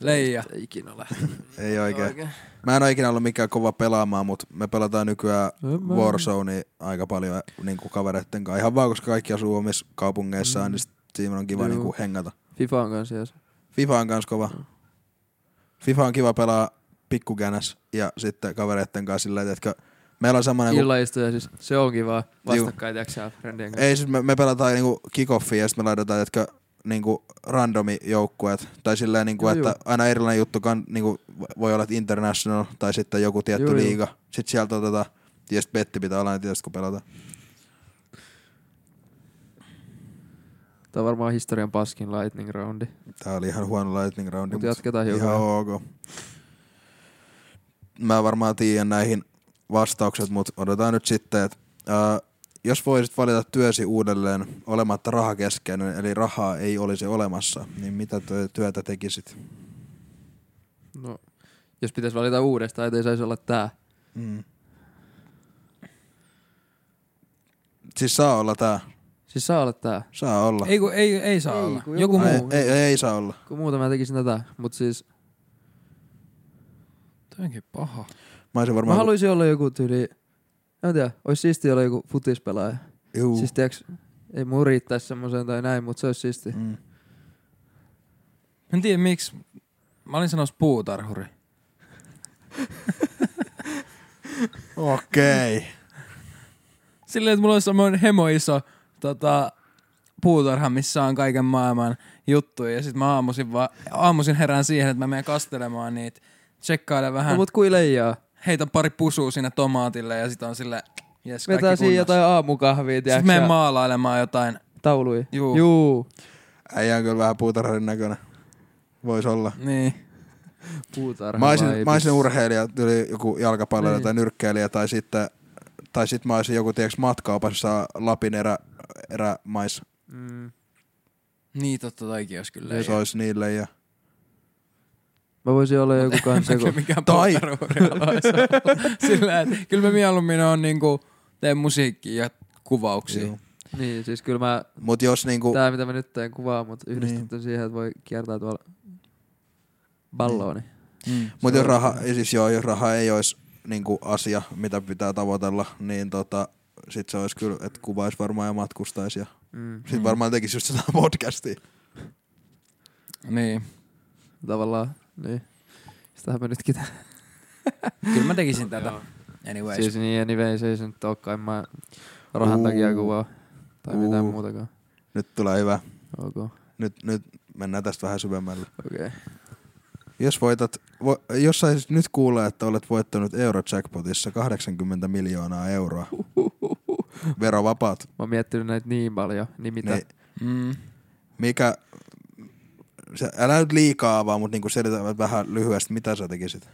Leija.
Ei ikinä lähtenyt.
Ei oikein. Mä en ole ikinä ollut mikään kova pelaamaan, mutta me pelataan nykyään Warzonea aika paljon niin kuin kavereitten kanssa. Ihan vaan, koska kaikki asuu omissa kaupungeissaan, mm. niin sit siinä on kiva
Juu.
niin kuin hengata.
FIFA on kanssa jos.
FIFA on kans kova. FIFA on kiva pelaa pikkukänäs ja sitten kavereitten kanssa silleen, että meillä on semmoinen... Kun,
Illaistuja siis. Se on kiva. Vastakkain tiiäksä frendien kanssa.
ei siis me, me pelataan niinku kickoffia ja sitten me laitetaan, että niinku randomi joukkueet. Tai silleen, niinku,
Joo,
että
joo.
aina erilainen juttu kan, niinku, voi olla, että international tai sitten joku tietty
Joo, joo.
liiga. Sitten sieltä otetaan, ja sitten betti pitää olla aina tietysti, kun pelataan.
Tää on varmaan historian paskin lightning roundi.
Tää oli ihan huono lightning roundi,
Mut
mutta
jatketaan hiukan.
ihan ok. Mä varmaan tiedän näihin vastaukset, mutta odotetaan nyt sitten, että ää, jos voisit valita työsi uudelleen olematta rahakeskeinen, eli rahaa ei olisi olemassa, niin mitä tö- työtä tekisit?
No. Jos pitäis valita uudestaan, ettei saisi olla tää.
Mm. Siis saa olla tää.
Siis saa olla tää.
Saa olla.
Ei, kun, ei, ei saa
Ei,
olla.
kun
Joku,
joku-
joku
ei,
muu.
ei, ei, saa olla.
Kun muuta mä tekisin tätä. Mut siis
Toi onkin paha.
Mä olisin
mä
varmaan...
haluaisin olla joku tyyli. En tiedä. Ois siistiä olla joku futispelaaja.
Juu.
Siis tiiäks, ei mun riittäis semmoseen tai näin, mut se olisi siistiä.
Mm.
Mä En tiedä miksi. Mä olin sanomassa puutarhuri.
Okei. Okay.
Silleen, että mulla on semmoinen hemo iso tota, puutarha, missä on kaiken maailman juttuja. Ja sit mä aamuisin, vaan, aamuisin herään siihen, että mä menen kastelemaan niitä. Tsekkailen
No
vähän,
mut kuin leijaa.
Siis
heitän pari pusua sinne tomaatille ja sit on sille jes, kaikki
Vetää
kunnossa.
siinä jotain
Siis
aamukahvia,
Sitten
tiiäks.
menen maalailemaan jotain.
Taului.
Juu.
Juu.
Äijä on kyllä vähän puutarharin näköinen. Vois olla.
Niin.
Puutarha
Mä olisin,
vai
mä olisin
pis-
urheilija, tuli joku jalkapallo
Niin.
tai nyrkkeilijä tai sitten tai sit mä olisin joku tiiäks matkaopassa Lapin erä, erämais.
Mm.
Niin, totta toikin olisi kyllä.
Se olisi niille ja...
Mä voisin olla joku kanssa,
Kyllä
joku...
mikään
Tai-
puutarhuri haluaisi olla. Sillä, että kyllä mä mieluummin on niinku, teen musiikkia ja kuvauksia.
Juu.
niin, siis kyllä mä...
Mut jos niinku...
Tää mitä mä nyt teen kuvaa, mut
Niin.
yhdistetty siihen, että voi kiertää tuolla ballooni.
Mm.
Mut jos raha, ei siis joo, jos raha ei olisi niinku asia, mitä pitää tavoitella, niin tota, sit se olisi kyllä, että kuvaisi varmaan ja matkustaisi ja
Mm.
sit varmaan tekisi just jotain podcastia.
Niin.
Tavallaan, niin. Sitähän me nytkin tehdään.
Kyllä mä tekisin tätä. Anyways.
Siis niin, anyway, se ei se nyt olekaan. Mä rahan takia
Uu.
kuvaa. Tai mitään
Uu.
muutakaan.
Nyt tulee hyvä.
Ok. Okei.
Nyt, nyt mennään tästä vähän syvemmälle.
Okay.
Jos voitat, vo, jos saisit nyt kuulla, että olet voittanut Eurojackpotissa 80 miljoonaa euroa, verovapaat,
Mä oon miettinyt näitä niin paljon. Niin mitä?
niin
Mm.
mikä, sä, älä nyt liikaa avaa, mutta niinku selitä vähän lyhyesti, mitä sä tekisit?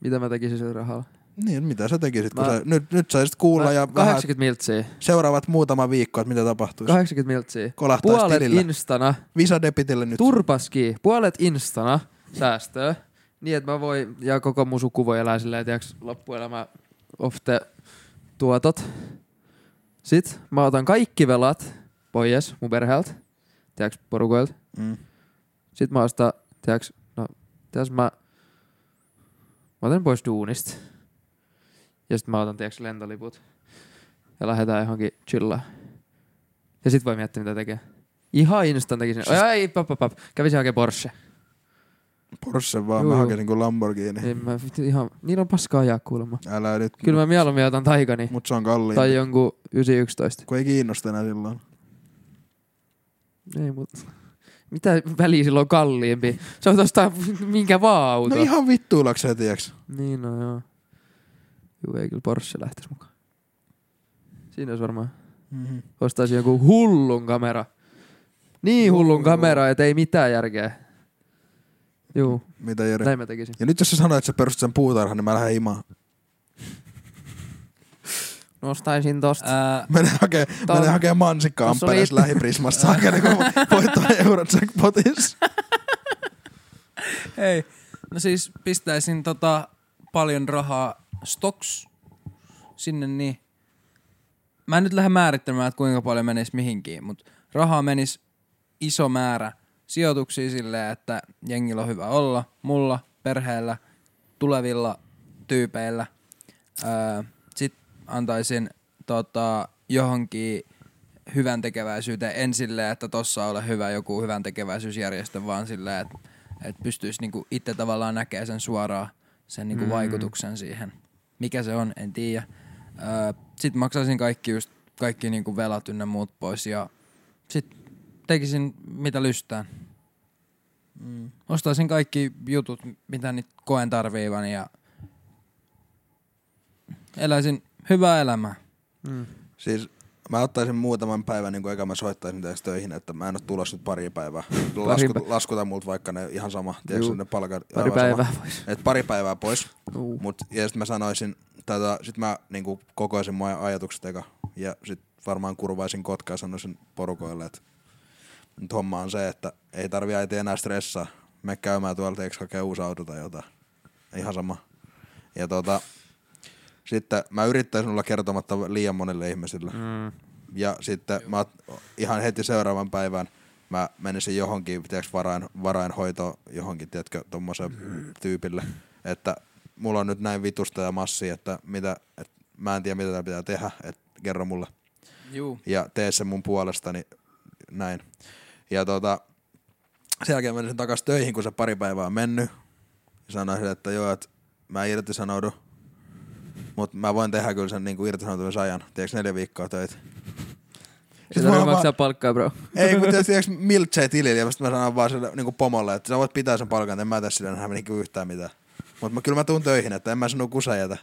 Mitä mä tekisin sillä rahalla?
Niin, mitä sä tekisit, kun
Mä-
sä, nyt, nyt saisit kuulla
Mä-
ja 80. vähän
80 miltsiä.
seuraavat muutama viikko, että mitä tapahtuisi.
80 miltsiä.
Kolahtaisi
Puolet
tilillä.
instana.
Visadebitille nyt.
Turpaski. Puolet instana säästöä. Niin, että mä voin ja koko mun sukuvo elää silleen, tiiäks, loppuelämä off the tuotot. Sit mä otan kaikki velat pois mun perheeltä, tiiäks, porukoilta.
mm.
Sit mä ostan, tiiäks, no, tiiäks mä, mä otan pois duunista. Ja sit mä otan, tiiäks, lentoliput. Ja lähdetään johonkin chillaan. Ja sit voi miettiä, mitä tekee. Ihan instan tekisin.
Siis-
Ai, ai, pap, pap, pap. Kävisin hakemaan Porsche.
Porsche vaan,
Juu,
mä
juu.
hakisin kuin Lamborghini.
Niin mä, ihan, niillä on paskaa ajaa kuulemma.
Älä nyt,
Kyllä mä mieluummin otan Taikani.
mut se on kalliin.
Tai jonkun 911.
Kun ei kiinnosta enää silloin.
Ei, mut... Mitä väliä sillä on kalliimpi? Se on tosta minkä vaan auto.
No ihan vittuilaksi se, tiiäks.
Niin, no joo. Juu, ei kyllä Porsche lähtisi mukaan. Siinä olisi varmaan.
Mm.
Mm-hmm.
Ostaisi joku hullun kamera. Niin hullun
Juu.
kamera, että ei mitään järkeä. Juu,
Mitä Jere?
näin mä tekisin.
Ja nyt jos sä sanoit, että sä perustat sen puutarhan, niin mä lähden himaan. No,
Nostaisin tosta.
Ää,
Menen hakee,
Tää on-
menen hakee mansikka
Tossa oli-
Amperes lähiprismasta. Hakee kun voittaa Eurojackpotissa.
Ei. No siis pistäisin tota paljon rahaa stocks sinne niin. Mä en nyt lähde määrittelemään, että kuinka paljon menisi mihinkin, mutta rahaa menisi iso määrä sijoituksia silleen, että jengillä on hyvä olla, mulla, perheellä, tulevilla tyypeillä. Öö, Sitten antaisin tota, johonkin hyvän tekeväisyyteen. En silleen, että tossa ole hyvä joku hyvän tekeväisyysjärjestö, vaan silleen, että et pystyisi niinku itse tavallaan näkemään sen suoraan, sen niinku mm. vaikutuksen siihen. Mikä se on, en tiedä. Öö, Sitten maksaisin kaikki, just, kaikki niinku velat ynnä muut pois ja sitten tekisin mitä lystään. Mm. Ostaisin kaikki jutut, mitä nyt koen tarviivan ja eläisin hyvää elämää.
Mm.
Siis mä ottaisin muutaman päivän, niin kuin eka mä soittaisin teistä töihin, että mä en ole tulossa nyt pari päivää. Lasku,
pä-
laskuta multa vaikka ne ihan sama. Tiedätkö
Juu.
ne palkat?
Pari
aivan sama.
päivää pois.
Et pari päivää pois.
Juu.
Mut, ja sitten mä sanoisin, tätä, sit mä niinku kokoisin mua ajatukset eka. Ja sit varmaan kurvaisin kotkaa ja sanoisin porukoille, että nyt homma on se, että ei tarvi äiti enää stressaa. Me käymään tuolta, eikö hakea uusi auto tai jotain. Ihan sama. Ja tota, sitten mä yrittäisin olla kertomatta liian monelle ihmiselle.
Mm.
Ja sitten mä ot- ihan heti seuraavan päivän mä menisin johonkin, tiedätkö, varain, varainhoito johonkin, tiedätkö, tommoseen tyypille, että mulla on nyt näin vitusta ja massi, että mitä, et mä en tiedä mitä tää pitää tehdä, että kerro mulle.
Juu.
Ja tee se mun puolestani näin. Ja tota, sen jälkeen menisin takaisin töihin, kun se pari päivää on mennyt. Ja Sanoisin, että joo, että mä irtisanoudu. Mutta mä voin tehdä kyllä sen niin irtisanoutumisajan, tiedätkö, neljä viikkoa töitä.
Ei
mä
tarvitse
oon vaan-
maksaa palkkaa, bro.
Ei, kun tiiäks, tiiäks miltsei tilille, ja sitten mä sanon vaan sille niinku pomolle, että sä voit pitää sen palkan, en mä tässä sillä enää niinku yhtään mitään. Mutta kyllä mä tuun töihin, että en mä sinun kusa jätä.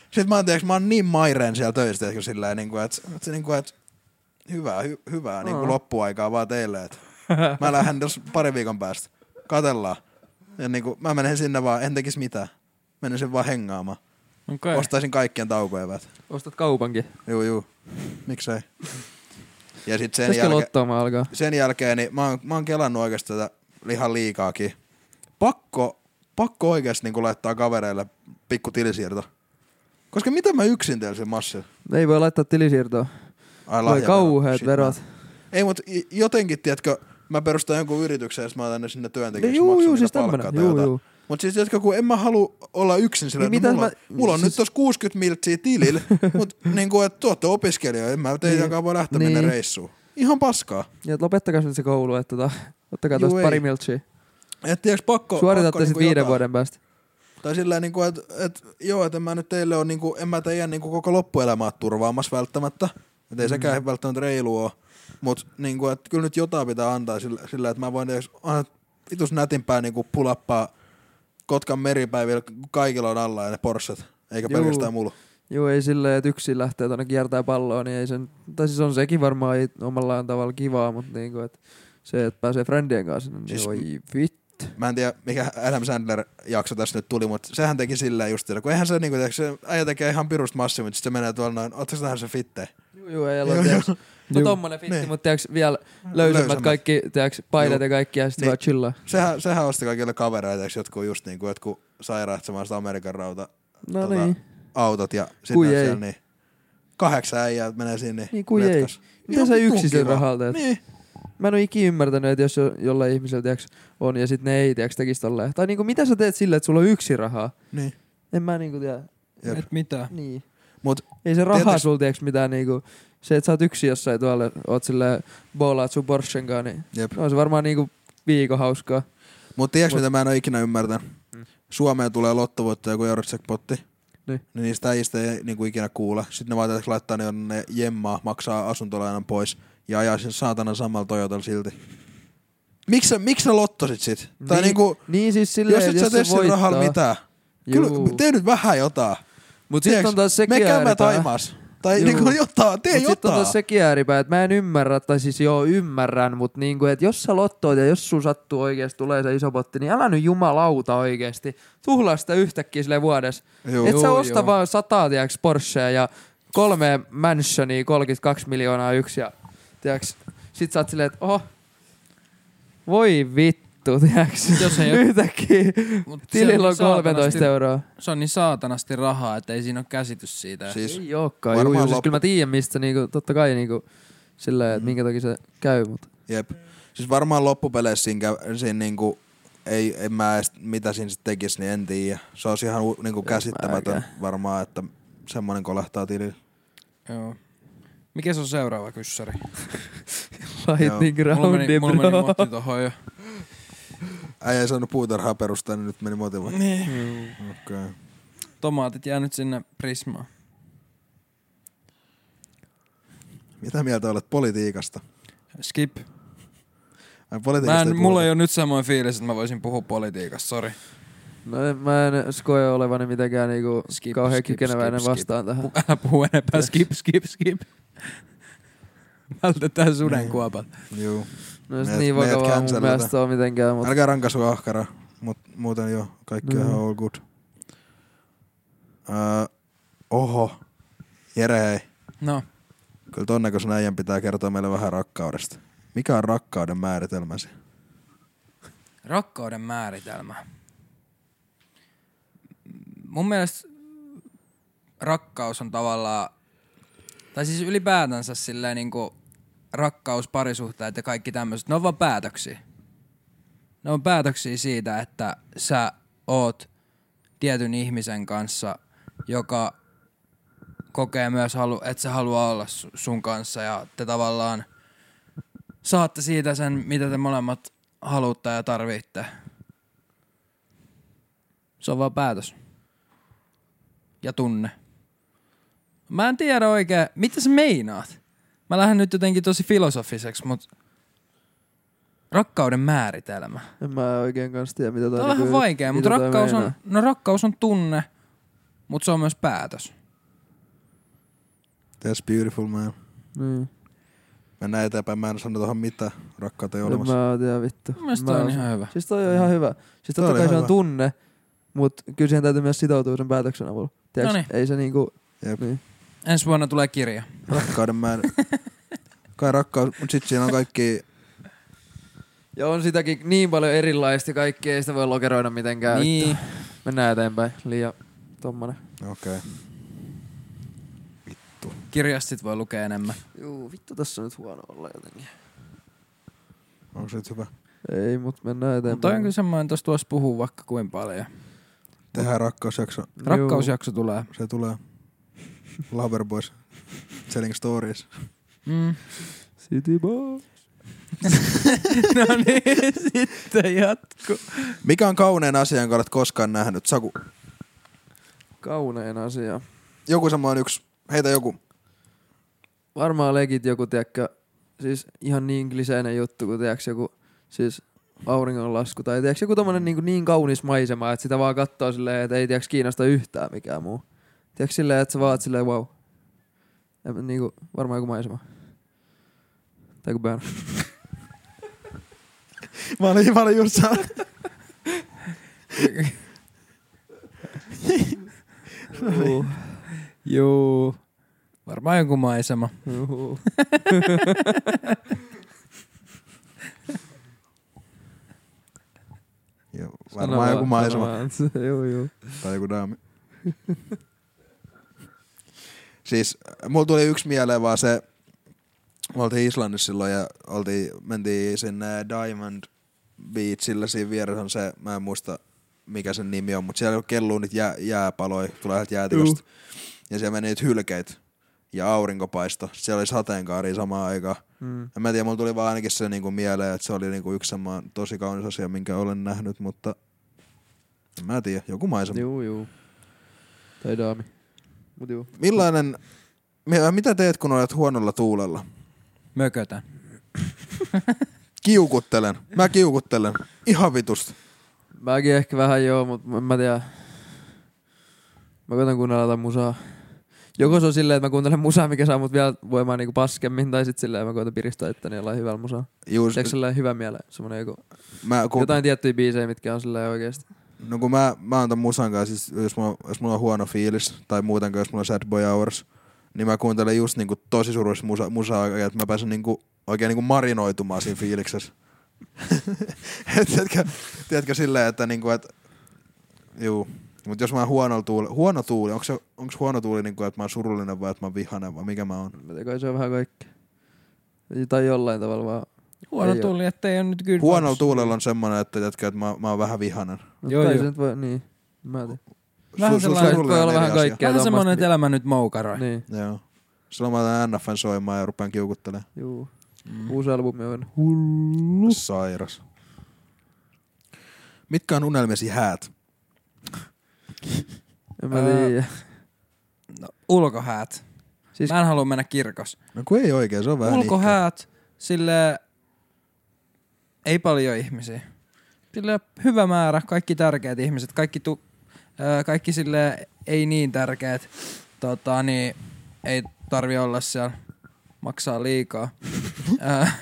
sitten mä oon, tiiäks, mä oon niin maireen siellä töissä, tiiäks, sillä niinku, että et, se niinku, että hyvää, hy, hyvää niinku loppuaikaa vaan teille, että mä lähden tuossa pari viikon päästä. Katellaan. Ja niinku, mä menen sinne vaan, en tekis mitään. Menisin vaan hengaamaan.
Okay.
Ostaisin kaikkien taukoevät.
Ostat kaupankin.
Juu, juu. Miksei. Ja sit sen
Pitäisikö
jälkeen
lottaamaan alkaa?
sen jälkeen niin mä, oon, mä oon kelannut oikeasti tätä lihan liikaakin. Pakko, pakko oikeasti niin laittaa kavereille pikku tilisiirto. Koska mitä mä yksin teillä sen massilla?
Ei voi laittaa tilisiirtoa.
Ai
Voi
lahjavero.
kauheat
Shit,
verot.
mä- Ei, mutta jotenkin, tiedätkö, mä perustan jonkun yrityksen ja sit mä otan ne sinne
No
työntekijäksi.
juu,
maksan
juu,
niitä
siis
palkkaa
tämmönen.
tai
Juu,
jotain.
juu.
Mutta siis jotka, kun en mä halua olla yksin sillä,
Niin
niin
mitä
no, mulla,
mä-
mä, mulla on
siis-
siis... nyt tuossa 60 miltsiä tilillä, mutta niin kuin, että te ootte opiskelija, en mä teidänkään voi lähteä niin.
Niin.
mennä reissuun. Ihan paskaa.
Ja Niin, et lopettakaa nyt se koulu, että tota, ottakaa
Juu,
tästä
ei.
pari miltsiä.
Et tiiäks, pakko, pakko
Suoritatte
niinku
sitten viiden
jotain.
vuoden päästä.
Tai sillä niin kuin, että et, joo, että en mä nyt teille on, niin kuin, en mä teidän niin kuin, koko loppuelämää oo turvaamassa välttämättä. Että ei mm. sekään välttämättä reilu oo. Mutta niin kuin, että kyllä nyt jotain pitää antaa sillä, sillä että mä voin tiiäks, aina vitus nätimpää niin kuin pulappaa Kotkan meripäivillä, kun kaikilla on alla ja ne porsset. Eikä
Juu.
Juu. pelkästään mulla.
Joo, ei silleen, että yksin lähtee tuonne kiertää palloa, niin ei sen, tai siis on sekin varmaan ei omallaan tavalla kivaa, mutta niinku, että se, että pääsee friendien kanssa, niin siis,
Siis-
voi vit.
Mä en tiedä, mikä Adam Sandler-jakso tässä nyt tuli, mutta sehän teki sillä just sillä, kun eihän se, niin kuin, se äijä tekee ihan pirusta massia, mutta sitten se menee tuolla noin, ootteko tähän se fitte?
Joo, joo, ei ole,
Joo,
tiiäks, no
Juu.
tommonen fitti,
Niin.
mutta tiiäks, vielä löysemmät
Löysemmät.
kaikki, tiiäks, paidat
Juu.
ja kaikki, ja sitten
Niin.
vaan chillaa.
Sehän, sehän osti kaikille kavereille, eikö jotkut just niin kuin, jotkut sairaat semmoista Amerikan rauta
No
Tota,
niin.
autot ja sitten
Kui
on
ei.
siellä niin kahdeksan äijää menee sinne.
Niin, kui ei.
letkas.
Mitä
Ihan
sä
vitun
yksin sen
kiva.
rahalla teet?
Niin.
Mä en oo ikinä ymmärtänyt, että jos jo- jollain ihmisellä, tiiäks, on, ja sitten ne ei, tiiäks, tekis tolleen. Tai niinku, mitä sä teet sille, että sulla on yksi rahaa?
niin.
En mä niinku tiedä.
Jep.
Et mitä?
Niin.
Mut
Ei se rahaa
Tietysti-
sul tiiäks mitään niinku, se että sä oot yksin jossain tuolla, oot silleen boolaat sun Porschen kanssa, niin
jep.
no on se varmaan niinku viikon hauskaa.
Mut tiedätkö
Mut-
mitä mä en ole ikinä ymmärtänyt?
Mm.
Suomeen tulee lottovoitto joku Eurojackpotti.
Niin.
Niin niistä äijistä ei niinku ikinä kuule. Sitten ne vaan tietysti laittaa ne jonne jemmaa, maksaa asuntolainan pois ja ajaa sen saatana samalla Toyotalla silti. Miksi sä, miksi sä lottosit sit? Tai
Niin,
niinku,
Niin siis silleen,
jos et sä tee sen rahalla mitään. Kyllä, tee nyt vähän jotain.
Mut sit
Tiedäks,
on taas sekin
Me käymme
ääripää.
taimaas. Tai
Juu.
niinku jotain, tee
Mut sit on
jotain.
taas
Se...
sekin ääripää, että mä en ymmärrä, tai siis joo ymmärrän, mut niinku, että jos sä lottoot ja jos sun sattuu oikeesti tulee se iso potti, niin älä nyt jumalauta oikeesti. Tuhlaa sitä yhtäkkiä sille vuodessa.
Juu.
Et sä
Juu,
osta
juu.
vaan sataa, tiiäks, Porschea ja kolme mansionia, 32 miljoonaa yksi ja tiiäks, sit sä oot silleen, että oho, voi vittu, tiiäks.
Jos ei oo-
Yhtäkkiä
Mut
tilillä on
se niin
13
saatanasti-
euroa.
Se on niin saatanasti rahaa, että ei siinä ole käsitys siitä.
Siis
Ei olekaan, juu,
varmaan
juu, siis
loppu-
kyllä mä tiedän mistä, niinku, totta kai niinku, sillä
Mm.
että minkä takia se käy, mutta
Jep. Siis varmaan loppupeleissä siinä, käy- siinä niinku, ei, en mä edes, mitä siinä sit tekis, niin en tiedä. Se olisi ihan u- niinku käsittämätön
mäkään.
varmaan, että semmonen kolahtaa tilille.
Joo. Mikä se on seuraava kyssäri?
lightning
Mulla meni,
roundi,
mulla meni
bro.
motti tohon jo.
Äijä ei saanut puutarhaa perustaa, niin nyt meni motiva.
Niin.
Okei. Okay.
Tomaatit jää nyt sinne Prismaan.
Mitä mieltä olet politiikasta?
Skip.
Ai, politiikasta
Mä en,
puhuta.
mulla ei ole nyt samoin fiilis, että mä voisin puhua politiikasta, sori.
No en, mä en skoe olevani mitenkään niinku
Skip,
kauhean
skip,
kykeneväinen
skip, skip.
vastaan tähän.
Älä puhu enempää, skip, skip, skip. Vältetään sudenkuopat.
Juu.
No jos
Meidät-
niin
meidät
vakavaa mun
cancelata.
mielestä on mitenkään, mutta
Älkää rankaisua ahkara, mutta muuten joo, kaikki on
Mm.
ihan all good. Öö, oho, Jere hei.
No,
Kyllä ton näköisen äijän pitää kertoa meille vähän rakkaudesta. Mikä on rakkauden määritelmäsi?
rakkauden määritelmä. Mun mielestä rakkaus on tavallaan, tai siis ylipäätänsä silleen niinku rakkaus, parisuhteet ja kaikki tämmöiset, ne on vaan päätöksiä. Ne on päätöksiä siitä, että sä oot tietyn ihmisen kanssa, joka kokee myös, halu, että se haluaa olla su- sun kanssa ja te tavallaan saatte siitä sen, mitä te molemmat haluatte ja tarvitte. Se on vaan päätös. Ja tunne. Mä en tiedä oikein, mitä sä meinaat. Mä lähden nyt jotenkin tosi filosofiseksi, mutta rakkauden määritelmä.
en mä oikein kanssa tiedä mitä toi
Tämä on vähän
niinku-
vaikea, mutta
mitä toi
rakkaus on,
meinaa.
no rakkaus on tunne, mutta se on myös päätös.
That's beautiful man.
Niin.
Mennään eteenpäin, mä en sano tuohon mitään. Rakkautta ei
En
olemassa.
mä tiedä vittu.
Mun mielestä
Mä
toi on
osaan-
ihan hyvä.
Siis toi on ihan hyvä. Siis
Niin. Toi
totta
oli
kai se on
hyvä.
tunne, mutta kyllä siihen täytyy myös sitoutua sen päätöksen avulla. Tiedätkö,
Noniin.
ei se niinku...
Jep.
Niin.
Ensi vuonna tulee kirja.
Rakkauden määr... Kai rakkaus, mut sit siinä on kaikki...
Ja on sitäkin niin paljon erilaista, kaikki ei sitä voi lokeroida mitenkään.
Niin.
Mennään eteenpäin. Liian tommonen.
Okei. Okay.
Kirjasta sit voi lukea enemmän.
Juu, vittu tässä on nyt huono olla jotenkin.
Onko se nyt hyvä?
Ei, mut mennään eteenpäin.
Toi on kyllä semmoinen, tuossa tuossa puhuu vaikka kuinka paljon.
Tehdään rakkausjakso.
Juu.
Rakkausjakso tulee.
Se tulee. Lover Boys. Selling Stories.
Mm.
City boy.
no niin, sitten jatkuu.
Mikä on kaunein asia, jonka olet koskaan nähnyt? Saku,
Kaunein asia.
joku semmoinen yksi. Heitä joku.
Varmaan legit joku, tiedätkö, siis ihan niin kliseinen juttu, kun tiedätkö joku, siis auringonlasku tai tiedätkö joku tommonen niin, niin kaunis maisema, että sitä vaan katsoo silleen, että ei tiedätkö kiinnosta yhtään mikään muu. Tiedätkö silleen, että sä vaat silleen wow. Ja, niin kuin, varmaan joku maisema. Tai kuin Bern.
Mä olin, mä olin just saa. Uhuh.
Juu.
Juu. Varmaan joku maisema.
Juu.
Joo,
Sano
varmaan
vaan,
joku maisema.
sano vaan. Juu, juu.
Tai joku daami. siis mulla tuli yksi mieleen vaan se, me oltiin Islannissa silloin ja oltiin, mentiin sinne Diamond Beachillä, siinä vieressä on se, mä en muista mikä sen nimi on, mutta siellä kelluu niitä jää, jääpaloja, tulee sieltä jäätiköstä. Ja siellä meni niitä hylkeet ja aurinkopaisto. Siellä oli sateenkaari samaan aikaan.
Mm.
En mä tiedä, mulla tuli vaan ainakin se niinku mieleen, että se oli niinku yksi semmoinen tosi kaunis asia, minkä olen nähnyt, mutta en mä tiedä, joku maisema.
Juu, juu. Tai daami. Mut juu.
Millainen, mi- äh, mitä teet, kun olet huonolla tuulella?
Mökötä.
Kiukuttelen. Mä kiukuttelen. Ihan vitusta.
Mäkin ehkä vähän joo, mutta mä, mä tiedä. Mä koitan kuunnella jotain musaa. Joko se on silleen, että mä kuuntelen musaa, mikä saa mut vielä voimaan niinku paskemmin, tai sit silleen mä koitan piristää itteni jollain hyvällä musaa.
Juus,
Tiedätkö sellainen hyvä mieleen, semmonen joku,
mä, kun,
jotain tiettyjä biisejä, mitkä on silleen oikeesti.
no kun mä, mä oon tän musan kanssa, siis jos, mulla, jos mulla on huono fiilis, tai muutenkin jos mulla on sad boy hours, niin mä kuuntelen just niinku tosi surullista musa, musaa, että mä pääsen niinku, oikein niinku marinoitumaan siinä fiiliksessä. Et tiedätkö, tiedätkö silleen, että niinku, et, juu. Mut jos mä oon huonolla tuuli, huono tuuli, onko se, onks huono tuuli niinku, että mä oon surullinen vai että mä oon vihanen vai mikä mä oon?
Mä tiedän, kai se on vähän kaikki. Tai jollain tavalla vaan.
Huono
Ei oo.
tuli, ettei ole nyt kyllä.
Huonolla tuulella on semmoinen, että, jätkä, että mä, mä oon vähän vihanen.
No,
Joo,
kai
joo.
se nyt voi, niin. Mä tiedän.
Vähän sellainen-
surullinen
voi olla
eri
vähän
asia.
kaikkea.
Vähän
Tommosta-
semmonen, että elämä nyt moukaroi. Niin.
Niin,
Joo. Silloin mä otan NFN soimaan ja rupean kiukuttelemaan.
juu.
Mm.
Uusi albumi on
Hullu.
Niin.
Sairas. Mitkä on unelmiesi häät?
En mä
Ää,
tiedä.
No, ulkohäät.
Siis-
Siis... Mä en halua mennä kirkossa.
No kun ei oikein, se on vähän niikkää.
Ulkohäät, niinku sille ei paljon ihmisiä. Sille hyvä määrä, kaikki tärkeät ihmiset, kaikki, tu, ää, kaikki sille ei niin tärkeät, tota, niin ei tarvi olla siellä, maksaa liikaa. Ää,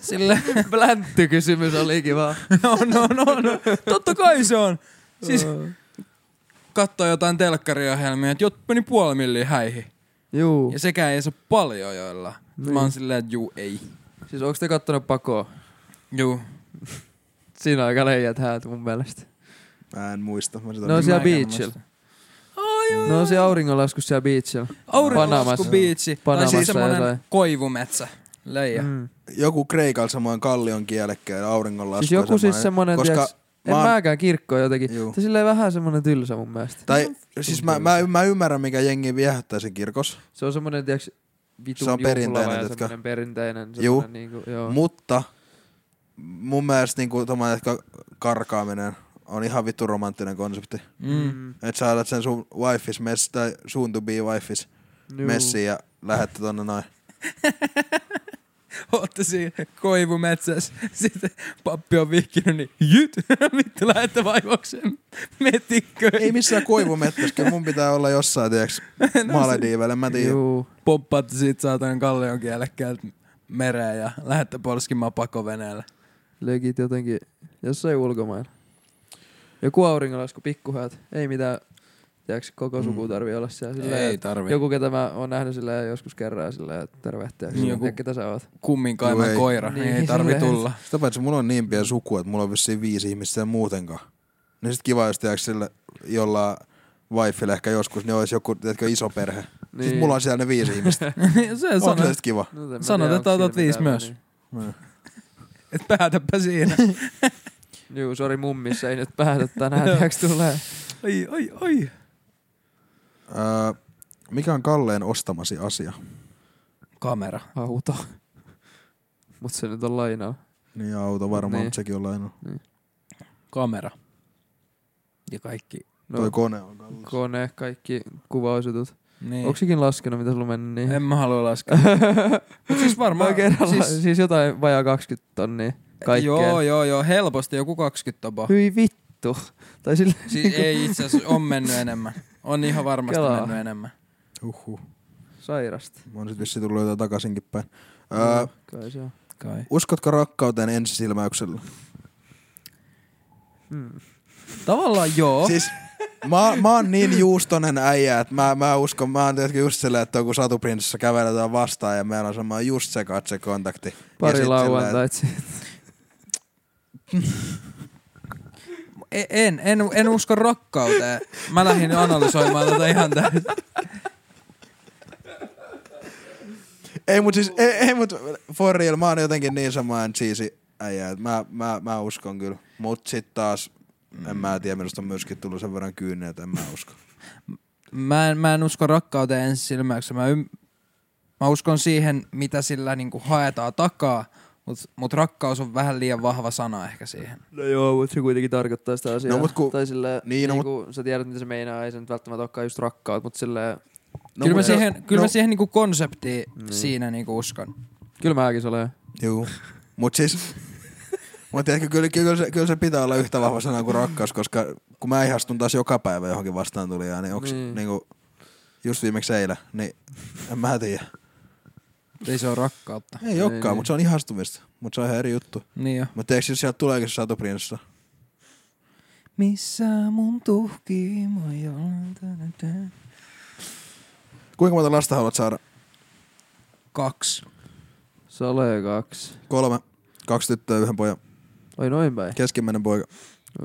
sille,
Plänttykysymys olikin vaan.
no, no, no, no, totta kai se on. Siis katsoo jotain telkkariohjelmia, että jot meni puoli milliä häihin.
Juu.
Ja sekään ei se ole paljon joilla. Mä
Niin.
oon silleen, että juu, ei.
Siis onks te kattonut pakoa?
Juu.
Siinä on aika leijät häät mun mielestä.
Mä en muista. Mä sitä
No
no,
Mä en
siellä beachillä. No on se auringonlasku siellä beachillä.
Aurinkolasku
Panamassa.
biitsi. Tai
Panamassa
siis semmonen
jotain.
koivumetsä. Leija. Mm.
Mm.
Joku kreikalla semmoinen kallion kielekkä auringonlasku.
Siis joku siis semmonen,
koska
tiiäks, en
mä oon-
mäkään kirkkoa jotenkin.
Juu.
Tai silleen vähän semmonen tylsä mun mielestä.
Tai siis mä, mä, mä ymmärrän, mikä jengi viehättää sen kirkossa,
Se on semmonen, tiiäks, vitun
Se on
juhlava
perinteinen,
ja
tiedätkö?
semmonen perinteinen.
Juu.
Semmonen niinku, joo.
mutta mun mielestä niinku, tommonen, että karkaaminen on ihan vittu romanttinen konsepti.
Mm.
Et sä alat sen sun wifeis mess, tai soon to be wifeis
Juu.
messiin ja lähette tonne noin.
Ootte siinä koivumetsässä. Sitten pappi on vihkinyt, niin jyt. Vittu lähette vaivokseen metikköön.
Ei missään koivumettäskään, mun pitää olla jossain, tiiäks, Malediiveillä, mä tiedän.
Juu.
Poppaatte siitä saatan kallion kielekkäältä mereen ja lähette polskimaan pakoveneellä.
Legit jotenkin jossain ulkomailla. Joku auringonlasku, pikkuhäät. Ei mitään, tiiäks, koko
Mm.
suku tarvii olla siellä. Silleen,
Ei tarvi. Joku
Joku, ketä mä oon nähnyt sillä joskus kerran sillä tervehtiä.
Niin, joku-
Joku... Ketä sä oot?
kummin
Joo,
kaiman
ei.
koira. Niin,
Niin,
ei tarvi
silleen.
tulla.
Sitä paitsi mulla on niin pieni suku, että mulla on vissiin viisi ihmistä ja muutenkaan. Niin sit kiva, jos tiiäks sillä jollain wifeillä ehkä joskus, niin olisi joku, tiedätkö, iso perhe. Niin. Siis
Niin.
mulla on siellä ne viisi ihmistä.
Se
Onko
sanoo.
se sit kiva?
No, en mä
Sanot,
tiedä,
että
onks
otat
siinä
viisi
mitään
myös.
väliä.
Et päätäpä siinä.
Juu, sori mummissa, ei nyt päätä tänään, tiiäks tulee.
Oi, oi, oi.
Öö, mikä on Kalleen ostamasi asia?
Kamera.
Auto. Mut se nyt on lainaa.
Niin auto varmaan,
Niin.
niin. sekin on laina.
Kamera. Ja kaikki.
No. Toi
No,
kone on Kalles. Ko-
kone, kaikki kuvausjutut.
Niin.
Onko sekin laskenut, mitä sulla meni niin?
En mä halua laskea. Mut siis varmaan...
Mä kerran, siis,
siis,
siis jotain vajaa 20 tonnia kaikkeen.
joo, joo, joo. Helposti joku 20 tapa.
Hyi vittu. Tai sille,
Siis ei itse asiassa, on mennyt enemmän. On ihan varmasti
Kelaa.
Kelaa. mennyt enemmän.
Uhuh.
sairasta.
Mä oon sit vissiin tullut jotain takaisinkin päin. Öö,
Kai se on.
Kai.
uskotko rakkauteen ensisilmäyksellä?
Hmm.
Tavallaan
Oh.
joo.
Siis mä, mä oon niin juustonen äijä, että mä, mä uskon, mä oon tietenkin just silleen, että on kun satuprinsessa käveletään vastaan ja meillä on sama just se katsekontakti. Ja
Pari
sit
lauantait sit.
E- En, en, en usko rakkauteen. Mä lähdin analysoimaan tätä ihan täysin.
silleen- Ei mut siis, ei, ei mut for real, mä oon jotenkin niin samaan cheesy äijä, että mä, mä, mä uskon kyllä. Mut sit taas, en mä tiedä, minusta on myöskin tullut sen verran kyyniä, että en mä usko.
Mä en, mä en usko rakkauteen ensisilmäyksessä. Mä, ym- mä uskon siihen, mitä sillä niinku haetaan takaa, mutta mut rakkaus on vähän liian vahva sana ehkä siihen.
No joo, mutta se kuitenkin tarkoittaa sitä asiaa.
No mut ku-
Tai sille,
niin,
niin,
no
no, niinku, sä tiedät mitä se meinaa, ei se nyt välttämättä olekaan just rakkaut, mutta sille,
No, kyllä mä
mut-
siihen, kyllä
no,
mä siihen niinku konseptiin
Niin.
niin. siinä niinku uskon.
kyllä mäkin se olen.
Juu. Mut siis... Mut tiedätkö, kyllä, kyllä, se, kyllä se pitää olla yhtä vahva sana kuin rakkaus, koska kun mä ihastun taas joka päivä johonkin vastaan tulijaan, niin onks
Niin.
niin. niinku, just viimeksi eilen, niin en mä tiedä.
Mut Ei se ole rakkautta.
Ei
Ei,
olekaan,
niin.
mutta se on ihastumista. Mutta se on ihan eri juttu.
Niin jo.
Mutta eikö siis sieltä tuleekin se satuprinssa?
Missä mun tuhki mä jollain tänään?
Kuinka monta lasta haluat saada?
Kaksi.
Se ole kaksi.
Kolme. Kaksi tyttöä, yhden pojan.
Oi no noin päin.
Keskimmäinen poika.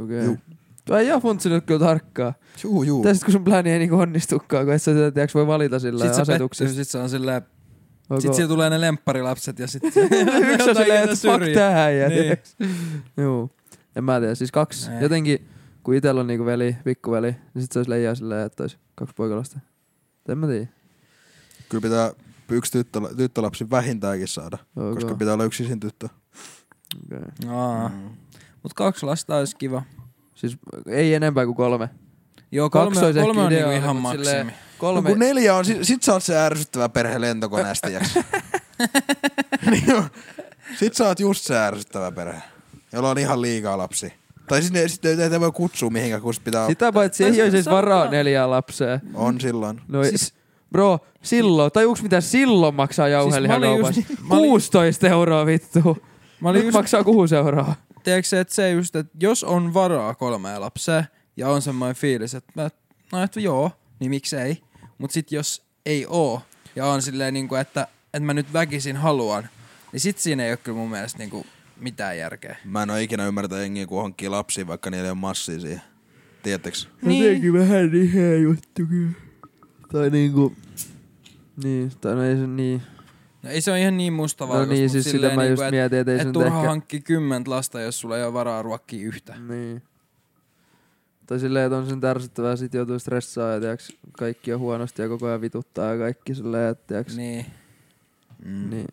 Okei.
Juu.
Okay. Tuo ei ihan funtsi nyt kyllä tarkkaan.
Juu, juu.
Tai sit kun sun plääni ei niinku onnistukaan, kun et sä sitä tiiäks, voi valita sillä
Sitten se pettyy,
asetuksessa.
sit se on silleen,
Onko-
sit siellä tulee ne lempparilapset ja sitten...
Yksi on silleen, että fuck tää ja
Niin.
niin. Juu. En mä tiedä, siis kaksi.
Ei.
Jotenkin, kun itellä on niinku veli, pikkuveli, niin sit se olisi leijaa silleen, että olisi kaksi poikalasta. Mut En mä tiedä.
Kyllä pitää yksi tyttö, tyttölapsi vähintäänkin saada,
Okay.
koska pitää olla yksi isin tyttö.
okay.
Aa.
Mm.
Mut kaksi lasta olisi kiva.
Siis ei enempää kuin kolme.
Joo,
Kaksi
No kolme, kolme on,
olisi ehkä
niinku
ideaali,
ihan
mut
maksimi.
silleen-
No
Kolme.
kun neljä on, sit, sit sä oot se ärsyttävä perhe lentokoneesta, jäks. niin on. Sit sä oot just se ärsyttävä perhe, jolla on ihan liikaa lapsi. Tai siis ne, sit ne, ei voi kutsua mihinkään, kun sit pitää Sitä...
Sitä paitsi ei
Toisaalta
ole siis
saattaa-
varaa neljää lapsea.
on silloin.
No siis,
Siis-
bro, silloin, tai onks mitä silloin maksaa jauhelihakaupassa?
olin
Siis
just- niin- mä olin-
16 euroa vittu.
Mä olin
Nyt
just,
maksaa 6 euroa.
tiedätkö se, että se just, että jos on varaa kolmea lapsea ja on semmoinen fiilis, että mä, no että joo, niin miksei. Mut sit jos ei oo ja on silleen niinku, että, että mä nyt väkisin haluan, niin sit siinä ei ole kyllä mun mielestä niinku mitään järkeä.
Mä en oo ikinä ymmärtänyt jengiä, kun hankkii lapsia, vaikka niillä ei oo massia siihen. Tiedättekö?
Niin. Jotenkin
vähän niheä juttu kyllä. Tai niinku... Niin, tai no ei se niin.
No ei se ole ihan niin
No
mustavalkoista,
niin,
mut
siis sitä
silleen
mä
niinku,
just
että-
mietin, että ei se
Et
nyt
turha
ehkä...
hankki kymmentä lasta, jos sulla ei ole varaa ruokkia yhtä.
Niin. Tai silleen, että on sen tärsyttävää, sit joutuu stressaa ja tiiäks, kaikki on huonosti ja koko ajan vituttaa ja kaikki silleen, että tiiäks, niin.
Niin.
Mm.
niin.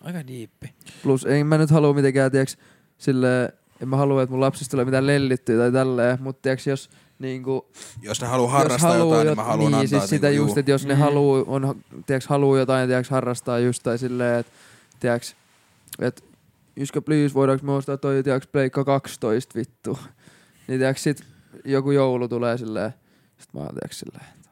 Aika diippi.
Plus en mä nyt halua mitenkään, tiiäks, silleen, en mä halua, että mun lapsista tulee mitään lellittyä tai tälleen, mutta tiiäks, jos niinku,
Jos ne haluaa
jos
harrastaa
haluaa
jotain,
jot-
niin mä haluan
niin,
antaa.
siis sitä
niinku,
just,
juu.
että jos ne
Mm.
haluu, on, tiiäks, haluu jotain, tiiäks, harrastaa just tai silleen, että tiiäks, että Yskä, please, voidaanko me ostaa toi, tiiäks, pleikka 12 vittu. Niin tiiäks, sit joku joulu tulee silleen, sit mä oon tiiäks silleen, että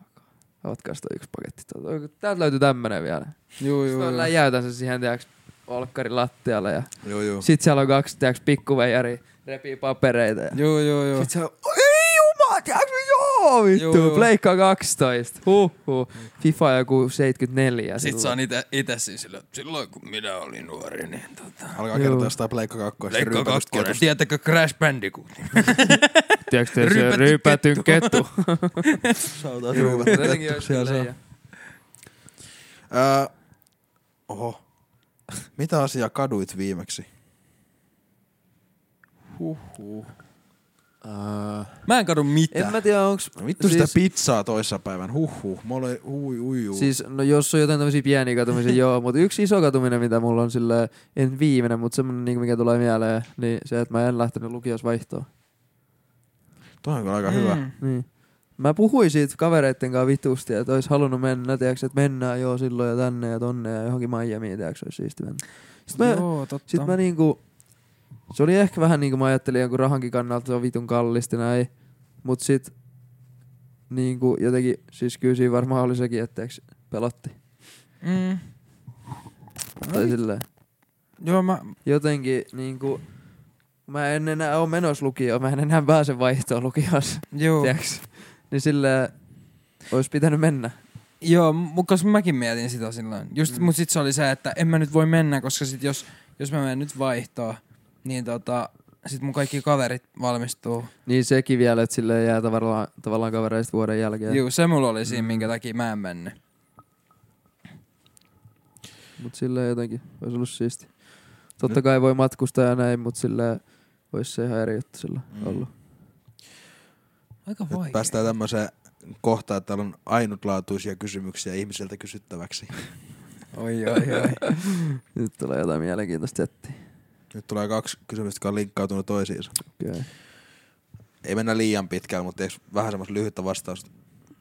avatkaas toi yksi paketti. tuolta. Täältä löytyy tämmönen vielä.
Juu,
Sitten
juu,
mä
juu.
läjäytän sen siihen, tiiäks, olkkarin lattialle ja
Joo, joo.
sit siellä on kaksi, tiiäks, pikkuveijari, repii papereita ja
Juu, juu, juu.
sit se on, ei jumala, tiedätkö, joo vittu,
Joo,
joo,
joo.
Pleikka 12, huhhuh, FIFA joku 74.
Sitten sä
silloin.
oon ite, ite siis sillä, silloin kun minä olin nuori, niin tota...
Alkaa
Juu.
kertoa sitä Pleikka 2.
Leikkaa kakkonen. Tiedättekö Crash Bandicoot?
Tiedätkö te
Ryypätty
ryypätyn kettu?
Sautaan
Juu, jotenkin
ryyvät.
olisi kyllä
Siellä se on.
leijä.
Öö, Oho. Mitä asiaa kaduit viimeksi?
Huhhuh.
Uh,
Mä en kadu mitään.
en mä tiedä, onks...
No vittu siis... sitä pizzaa toissapäivän, huhhuh. Mä olen, ui, ui, ui.
Siis, no jos on jotain tämmöisiä pieniä katumisia, joo, mutta yksi iso katuminen, mitä mulla on sille, en viimeinen, mutta semmoinen, niinku, mikä tulee mieleen, niin se, että mä en lähtenyt lukios vaihtoon.
Toi on kyllä aika mm. hyvä.
Niin. Mä puhuin siitä kavereitten kanssa vitusti, että olisi halunnut mennä, tiiäks, että mennään joo silloin ja tänne ja tonne ja johonkin Miamiin, tiiäks, olisi siisti mennä. Sitten mä,
Joo, totta.
sit mä niinku, se oli ehkä vähän niinku mä ajattelin jonkun rahankin kannalta, se on vitun kallista näin, mut sit niinku jotenkin, siis kyllä siinä varmaan oli sekin, että tiiäks, pelotti. niin-
Mm.
Tai silleen.
Joo, mä...
Jotenkin niinku, mä en enää oo menossa lukioon, mä en enää pääse vaihtoon lukiossa,
Joo.
tiiäks. Niin silleen, olisi pitänyt mennä.
Joo, mutta koska mäkin mietin sitä silloin. Just,
Mm.
mm. mut sit se oli se, että en mä nyt voi mennä, koska sit jos, jos mä menen nyt vaihtoon, niin tota, sit mun kaikki kaverit valmistuu.
Niin sekin vielä, että sille jää tavallaan, tavallaan kavereista vuoden jälkeen.
Juu, se mulla oli siinä, minkä takia mä en mennyt.
Mut sille jotenkin olisi ollut siisti. Totta kai voi matkustaa ja näin, mut sille olisi se ihan eri juttu sillä
Mm.
mm. ollut.
Aika
Nyt päästään tämmöiseen kohtaan, että täällä on ainutlaatuisia kysymyksiä ihmiseltä kysyttäväksi.
Oi, oi, oi.
Nyt tulee jotain mielenkiintoista jättiä.
Nyt tulee kaksi kysymystä, jotka on linkkautunut toisiinsa.
Kyllä.
Ei mennä liian pitkälle, mutta eikö vähän semmoista lyhyttä vastausta?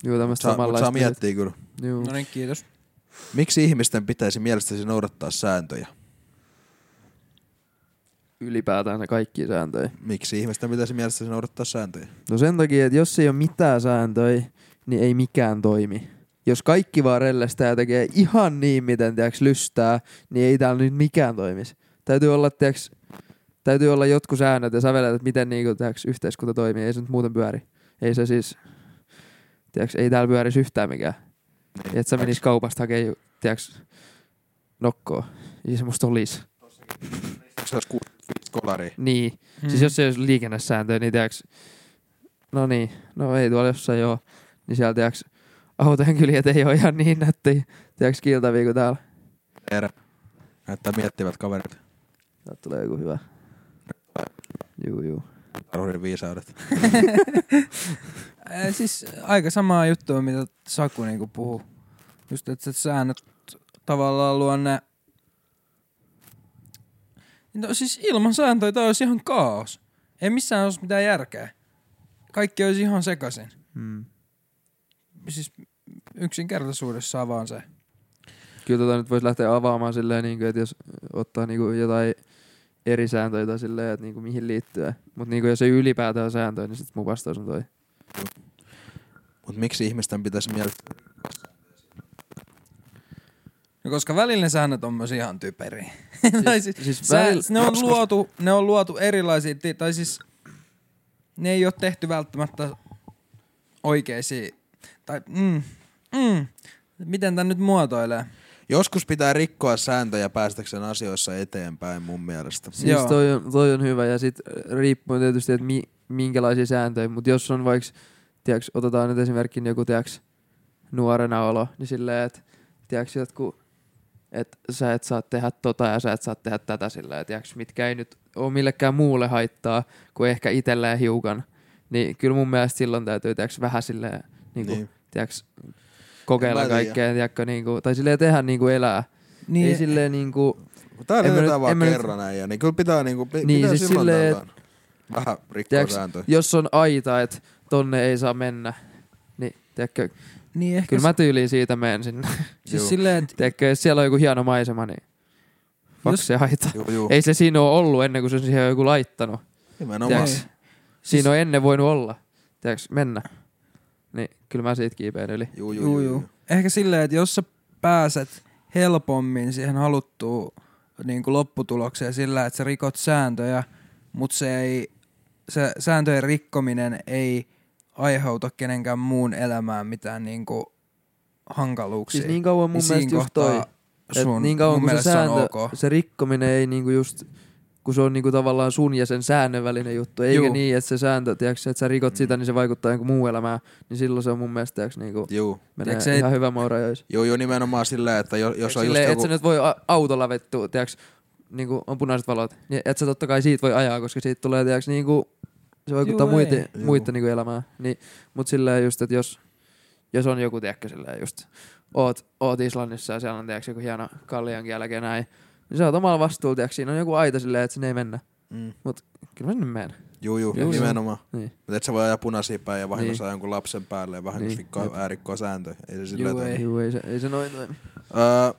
Juu, tämmöistä
Saa, mutta saa
samanlaista.
miettiä kyllä.
Juu.
No niin, kiitos.
Miksi ihmisten pitäisi mielestäsi noudattaa sääntöjä?
Ylipäätään ne kaikki sääntöjä.
Miksi ihmisten pitäisi mielestäsi noudattaa sääntöjä?
No sen takia, että jos ei ole mitään sääntöjä, niin ei mikään toimi. Jos kaikki vaan rellestää ja tekee ihan niin, miten tiiäks, lystää, niin ei täällä nyt mikään toimisi. Täytyy olla, tiiäks, täytyy olla jotkut säännöt ja sävelet, että miten niinku, tiiäks, yhteiskunta toimii. Ei se nyt muuten pyöri. Ei se siis, tiiäks, ei täällä pyörisi yhtään mikään. Et sä menis kaupasta hakee, tiiäks, nokkoa. Ei se musta olisi.
Eikö se olisi 65 kolaria?
Niin. Mm. Siis jos ei olisi liikennesääntöjä, niin tiiäks, no niin, no ei tuolla jossain joo, niin siellä tiiäks, autojen kyljet ei ole ihan niin nätti, tiiäks kiiltäviä kuin täällä.
Erä. Näyttää miettivät kaverit.
Täältä tulee joku hyvä. Juu, juu.
Tarhurin viisaudet.
Äh, siis aika samaa juttua, mitä Saku niinku puhuu. Just, että se säännöt tavallaan luo ne... No siis ilman sääntöjä tää olisi ihan kaos. Ei missään olisi mitään järkeä. Kaikki olisi ihan sekaisin.
Mm.
Siis yksinkertaisuudessaan vaan se.
Kyllä tota nyt voisi lähteä avaamaan silleen, niin kuin, että jos ottaa niin kuin jotain eri sääntöjä tai silleen, että niin kuin mihin liittyy. Mutta niin kuin jos ei ylipäätään ole sääntöjä, niin sitten mun vastaus on toi.
Mutta miksi ihmisten pitäisi mielestäsi...
No koska välillä ne säännöt on myös ihan typeriä. tai siis,
siis
siis sä,
välillä-
ne, on luotu, ne on luotu erilaisia, ti- tai siis ne ei ole tehty välttämättä oikeisiin, tai mm, mm, miten tän nyt muotoilee?
Joskus pitää rikkoa sääntöjä päästäkseen asioissa eteenpäin mun mielestä.
Siis
Joo.
toi on, toi on hyvä ja sit riippuu tietysti, että mi, minkälaisia sääntöjä, mutta jos on vaikka, tiiäks, otetaan nyt esimerkkin joku tiiäks, nuorena olo, niin silleen, että tiiäks, jotkut, että sä et saa tehdä tota ja sä et saa tehdä tätä silleen, tiiäks, mitkä ei nyt ole millekään muulle haittaa kuin ehkä itselleen hiukan, niin kyllä mun mielestä silloin täytyy tiiäks, vähän silleen, niinku, niin. tiiäks,
En
kokeilla
mä tiedä.
kaikkea, tiiäkö, niinku, tai silleen tehdä niinku elää. Niin.
e-
Ei silleen niinku,
Kun Tää
En mä
löydetään
nyt- en
vaan
mä nyt-
kerran nyt... ja niin kyllä pitää, niinku, pi-
Niin,
pitää
siis
silloin
silleen,
tällöin vähän rikkoa
Tiedäks-
sääntöjä.
jos on aita, että tonne ei saa mennä, niin tiedätkö,
niin ehkä
kyllä
se-
mä tyyliin siitä menen sinne.
siis
Juu.
silleen, että
Tiedätkö, jos siellä on joku hieno maisema, niin fuck
Jos-
se aita.
Juu, juu.
Ei se siinä ole ollut ennen kuin se on siihen joku laittanut.
Nimenomaan.
tiedäks,
Siis-
Siinä on ennen voinut olla, tiedätkö, mennä. Niin kyllä mä siitä kiipeen yli.
Juu, juu,
juu, juu. ehkä silleen, että jos sä pääset helpommin siihen haluttuun niin kuin lopputulokseen sillä, että sä rikot sääntöjä, mutta se, ei, se sääntöjen rikkominen ei aiheuta kenenkään muun elämään mitään niin kuin hankaluuksia.
Siis niin kauan mun mielestä just toi, sun, niin kauan
mun
kun se,
mielestä
sääntö,
se on ok.
se rikkominen ei niinku just, kun se on niinku tavallaan sun ja sen säännön välinen juttu, eikä
Juu.
Juu. niin, että se sääntö, tiiäks, että sä rikot mm. sitä, niin se vaikuttaa jonkun muun elämään, niin silloin se on mun mielestä, tiiäks, niinku,
Juu.
menee
Tiiäks, se-
ihan hyvä moura jos.
Juu, juu, nimenomaan silleen, että jos, jos on
Silleen,
just
et
joku...
sä nyt voi a- autolla vettua, tiiäks, niin kuin on punaiset valot, niin et sä totta kai siitä voi ajaa, koska siitä tulee, tiiäks, niin kuin, se vaikuttaa
Juu,
muiden,
ei.
muiden niin elämään. Niin, mutta silleen just, että jos, jos on joku, tiedätkö, silleen just, oot, oot Islannissa ja siellä on, tiedätkö, joku hieno kallion jälkeen näin, niin sä oot omalla vastuulla, tiedätkö, siinä on joku aita silleen, että sinne ei mennä.
Mm.
Kyllä mä sinne menen.
Juu, juu,
Juu,
juu,
juu.
nimenomaan.
Niin.
Mutta et sä voi ajaa punaisia päin ja vahingossa
Niin.
niin. jonkun lapsen päälle ja vahingossa niin.
Niin,
rikkoo
jep.
äärikkoa sääntöjä. Ei se silleen
Juu,
toimi.
ei, juu, ei, se, ei se noin toimi.
Öö,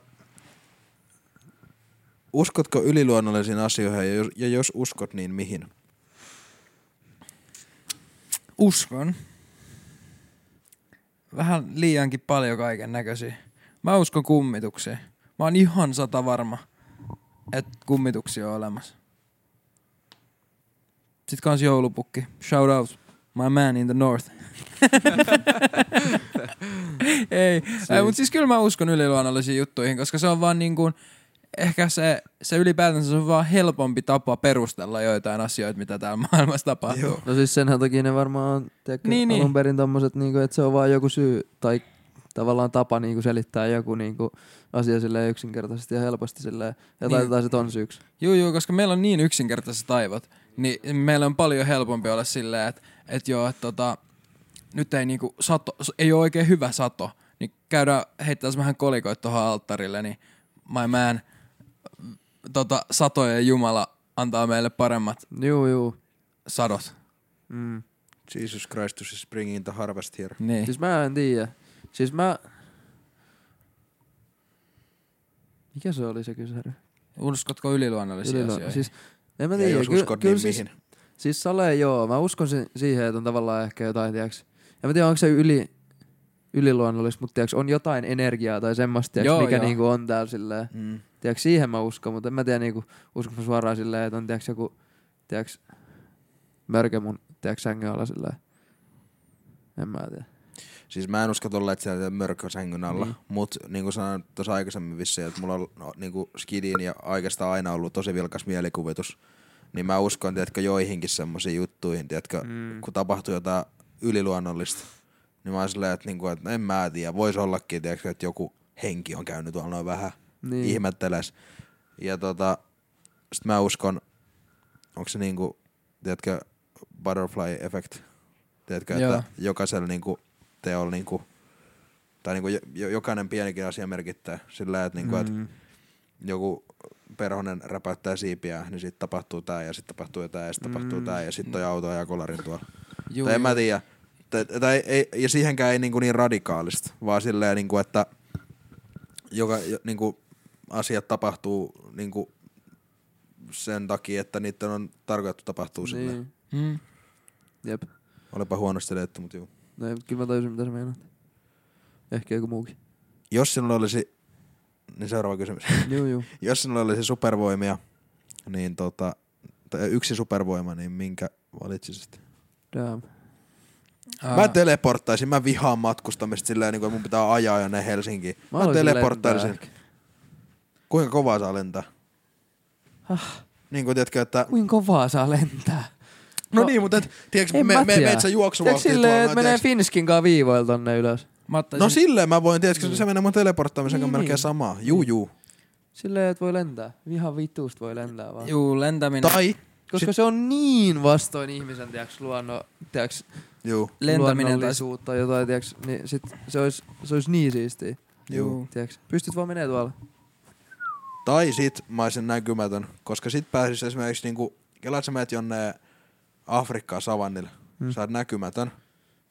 uskotko yliluonnollisiin asioihin ja jos, ja jos uskot, niin mihin?
Uskon. Vähän liiankin paljon kaiken näköisiä. Mä uskon kummitukseen. Mä oon ihan sata varma, että kummituksia on olemassa. Sitten kans joulupukki. Shout out. My man in the north. ei, ei mutta siis kyllä mä uskon yliluonnollisiin juttuihin, koska se on vaan niin kuin, ehkä se, se ylipäätänsä se on vaan helpompi tapa perustella joitain asioita, mitä täällä maailmassa tapahtuu. Joo.
No siis senhän takia ne varmaan on tiedätkö, niin,
Niin, niin.
alun perin tommoset, niinku, että se on vaan joku syy tai tavallaan tapa niinku, selittää joku niinku, asia silleen yksinkertaisesti ja helposti silleen, ja
Niin.
taitetaan se ton syyksi.
Joo, joo, koska meillä on niin yksinkertaiset aivot, niin meillä on paljon helpompi olla silleen, että et joo, että tota, nyt ei, niinku sato, s- ei ole oikein hyvä sato, niin käydään heittää vähän kolikoita tuohon alttarille, niin my man, tota, satojen Jumala antaa meille paremmat
Juu, juu.
sadot.
Mm.
Jesus Christus is bringing the harvest here.
Niin.
Siis mä en tiedä. Siis mä... Mikä se oli se kysely?
Uskotko yliluonnollisia
Ylilu-
asioita?
Siis, en mä
ja
tiedä.
jos
Kyllä,
uskot,
kyllä
niin
siis,
mihin?
Siis sale joo, mä uskon si- siihen, että on tavallaan ehkä jotain, tiiäks, en mä tiedä onko se yli, yliluonnollista, mutta tiiäks, on jotain energiaa tai semmoista, tiiäks,
Joo,
mikä
joo.
niinku on täällä silleen,
Mm.
tiiäks, siihen mä uskon, mutta en mä tiedä niinku, uskon mä suoraan silleen, että on tiiäks, joku tiiäks, mörkö mun tiiäks, sängyn alla silleen. En mä tiedä.
Siis mä en usko tuolla, että siellä mörkö sängyn alla,
Niin.
niin. mut niin kuin sanoin tuossa aikaisemmin vissiin, että mulla on no, niin kuin skidiin ja oikeastaan aina ollut tosi vilkas mielikuvitus, niin mä uskon, tiedätkö, joihinkin semmoisiin juttuihin, tiedätkö,
Mm.
mm. kun tapahtuu jotain yliluonnollista, niin mä oon silleen, että, niin kuin, että en mä tiedä, voisi ollakin, tiedätkö, että joku henki on käynyt tuolla noin vähän
Niin.
niin. ihmetteles. Ja tota, sit mä uskon, onko se niinku, tiedätkö, butterfly effect, tiedätkö, että
Joo.
jokaisella niinku teolla niinku, tai niinku jo- jo, jokainen pienikin asia merkittää sillä, että niinku, mm. et joku perhonen räpäyttää siipiä, niin sitten tapahtuu tää ja sitten tapahtuu tää ja sitten tapahtuu tää ja sitten on autoa ja kolarin tuolla. Juu, tai en mä tiedä. Tai, tai ei, ja siihenkään ei niinku niin radikaalista, vaan silleen, niinku, että joka jo- niinku, asiat tapahtuu niinku, sen takia, että niiden on tarkoitettu tapahtuu niin. silleen.
Niin.
Mm.
Jep.
Olepa huonosti leitty, mutta juu.
No, ei, mut kyllä mä tajusin, mitä sä meinaat. Ehkä joku muukin.
Jos sinulla olisi, niin seuraava kysymys.
Juu, juu.
Jos sinulla olisi supervoimia, niin tota, tai yksi supervoima, niin minkä valitsisit?
Damn.
Mä teleporttaisin, mä vihaan matkustamista silleen, niin kuin mun pitää ajaa jonne Helsinkiin. Mä, mä
haluaisin
teleporttaisin.
lentää ehkä.
Kuinka kovaa saa lentää? Niin kuin tiedätkö, että...
Ah. Kuinka kovaa saa lentää?
No,
No,
niin, mutta et, tiedätkö,
en mä
me, me,
tiedä.
meet sä
Tiedätkö
juoksuvauhtia
silleen, että
tuolla,
menee
menee
Finskin kanssa viivoilla tonne ylös?
mä ottaisin,
No silleen mä voin, tiedätkö, se menee mun teleporttaamisen
Niin,
niin, melkein
niin.
samaa. Juu, juu.
Silleen, että voi lentää. Ihan vitusta voi lentää vaan. Juu.
juu, lentäminen.
Tai,
Koska se on niin vastoin ihmisen, tiiäks, luonno, tiiäks,
juu,
lentäminen tai...
luonnollisuutta tai jotain, tiiäks, niin sit se olisi se ois niin siistiä,
juu.
tiiäks. Pystyt vaan menee tuolla.
Tai sit mä olisin näkymätön, koska sit pääsis esimerkiksi niinku, kelaat sä meet jonne Afrikkaan savannille,
Mm.
mm. sä oot näkymätön.